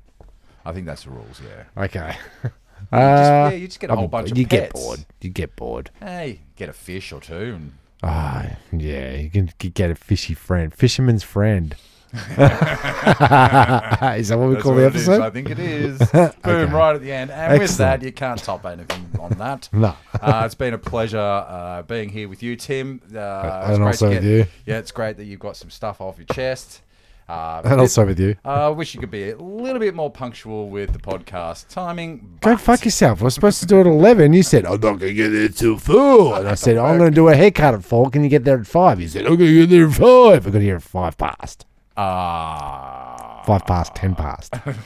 Speaker 2: I think that's the rules. Yeah.
Speaker 3: Okay.
Speaker 2: Just,
Speaker 3: Uh,
Speaker 2: yeah, you just get a whole bunch of
Speaker 3: you get
Speaker 2: pets.
Speaker 3: bored. You get bored.
Speaker 2: Hey, get a fish or two. And
Speaker 3: Ah, yeah, you can g- get a fishy friend, fisherman's friend. is that what we
Speaker 2: That's
Speaker 3: call
Speaker 2: what
Speaker 3: the
Speaker 2: it is,
Speaker 3: episode?
Speaker 2: I think it is. Boom, right at the end. And with
Speaker 3: Excellent.
Speaker 2: that, you can't top anything on that.
Speaker 3: No.
Speaker 2: uh, it's been a pleasure uh, being here with you, Tim. Uh, it's
Speaker 3: and
Speaker 2: great
Speaker 3: also
Speaker 2: to
Speaker 3: with you.
Speaker 2: Yeah, it's great that you've got some stuff off your chest. Uh,
Speaker 3: And also with you.
Speaker 2: I wish you could be a little bit more punctual with the podcast timing.
Speaker 3: Go
Speaker 2: but-
Speaker 3: fuck yourself. We're supposed to do it at 11. You said, I'm not going to get there till 4. And I said, I'm going to do a haircut at 4. Can you get there at 5? You said, I'm going to get there at 5. I got here at 5 past.
Speaker 2: Ah,
Speaker 3: 5 past, 10 past.
Speaker 2: five,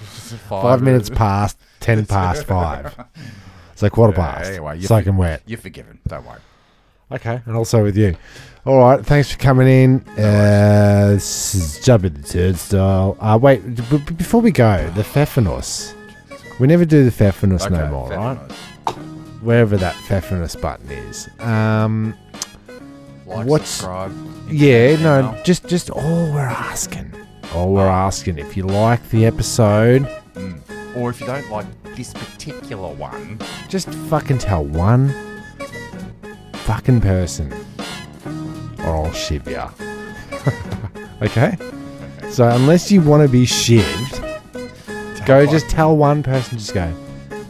Speaker 3: 5 minutes past, 10 past 5. So quarter past.
Speaker 2: Anyway, you're,
Speaker 3: soaking
Speaker 2: for-
Speaker 3: wet.
Speaker 2: You're forgiven. Don't worry.
Speaker 3: Okay. And also with you. All right. Thanks for coming in. Uh, this is Jabba the Turnstile. Uh, wait, b- b- before we go, the Pfeffernuss. We never do the Pfeffernuss no
Speaker 2: Okay,
Speaker 3: more,
Speaker 2: fair
Speaker 3: right?
Speaker 2: enough.
Speaker 3: Wherever that Pfeffernuss button is. Um,
Speaker 2: Like,
Speaker 3: What's-
Speaker 2: subscribe.
Speaker 3: yeah, no,
Speaker 2: email.
Speaker 3: just, just all we're asking. All we're asking. If you like the episode,
Speaker 2: Or if you don't like this particular one,
Speaker 3: just fucking tell one fucking person or I'll shiv ya. okay? So unless you want to be shivved, go just tell one person, just go,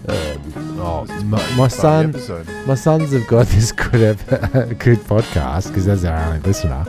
Speaker 3: um, oh, my, my son,
Speaker 2: episode.
Speaker 3: my sons have got this good, ep- good podcast because that's our only listener.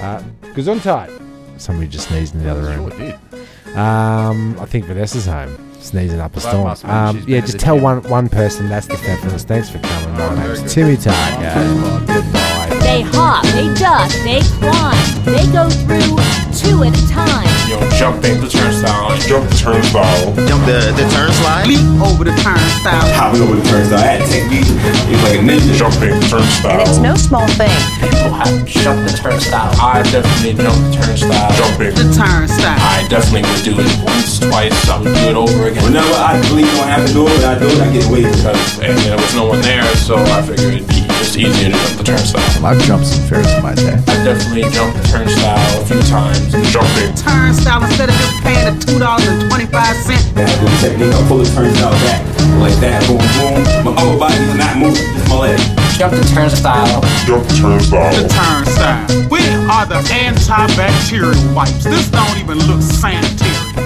Speaker 3: Uh, gesundheit. Somebody just sneezed in the other room.
Speaker 2: Sure did.
Speaker 3: Um, I think Vanessa's home, sneezing up a
Speaker 2: Well, that
Speaker 3: storm.
Speaker 2: must mean
Speaker 3: Um,
Speaker 2: she's been
Speaker 3: yeah,
Speaker 2: at
Speaker 3: just
Speaker 2: the
Speaker 3: tell
Speaker 2: gym.
Speaker 3: one one person that's the fabulous. Thanks for coming.
Speaker 2: Oh,
Speaker 3: My
Speaker 2: very
Speaker 3: name's
Speaker 2: good.
Speaker 3: Timmy Targa. Goodbye.
Speaker 4: They hop, they duck, they climb, they go through two at a time.
Speaker 5: Yo, jump in the turnstile, jump the turnstile.
Speaker 6: Jump the, the turnstile? Leap over the turnstile.
Speaker 5: Hopping over the turnstile. I had to take me. It's like a ninja. Jump in the turnstile.
Speaker 7: It's no small thing.
Speaker 8: people have jumped the turnstile. I definitely jumped the turnstile.
Speaker 5: jump
Speaker 6: The
Speaker 5: in.
Speaker 6: turnstile.
Speaker 8: I definitely would do it once, twice. I would do it over again.
Speaker 5: Whenever I believe I have to do it, when I do it, I get away with it.
Speaker 8: And there was no one there, so I figured it'd be just just easier to jump the turnstile.
Speaker 2: I've jumped some ferrets in my day.
Speaker 8: I definitely jumped the turnstile a few times.
Speaker 5: Jumping.
Speaker 6: Turnstile instead of just paying the two dollars and twenty-five cent.
Speaker 5: That boom technique, I pull the turnstile back. Like that, boom, boom. My upper body does not move, just my leg.
Speaker 8: Jump the turnstile.
Speaker 5: Jump the turnstile.
Speaker 6: The turnstile. We are the antibacterial wipes. This don't even look sanitary.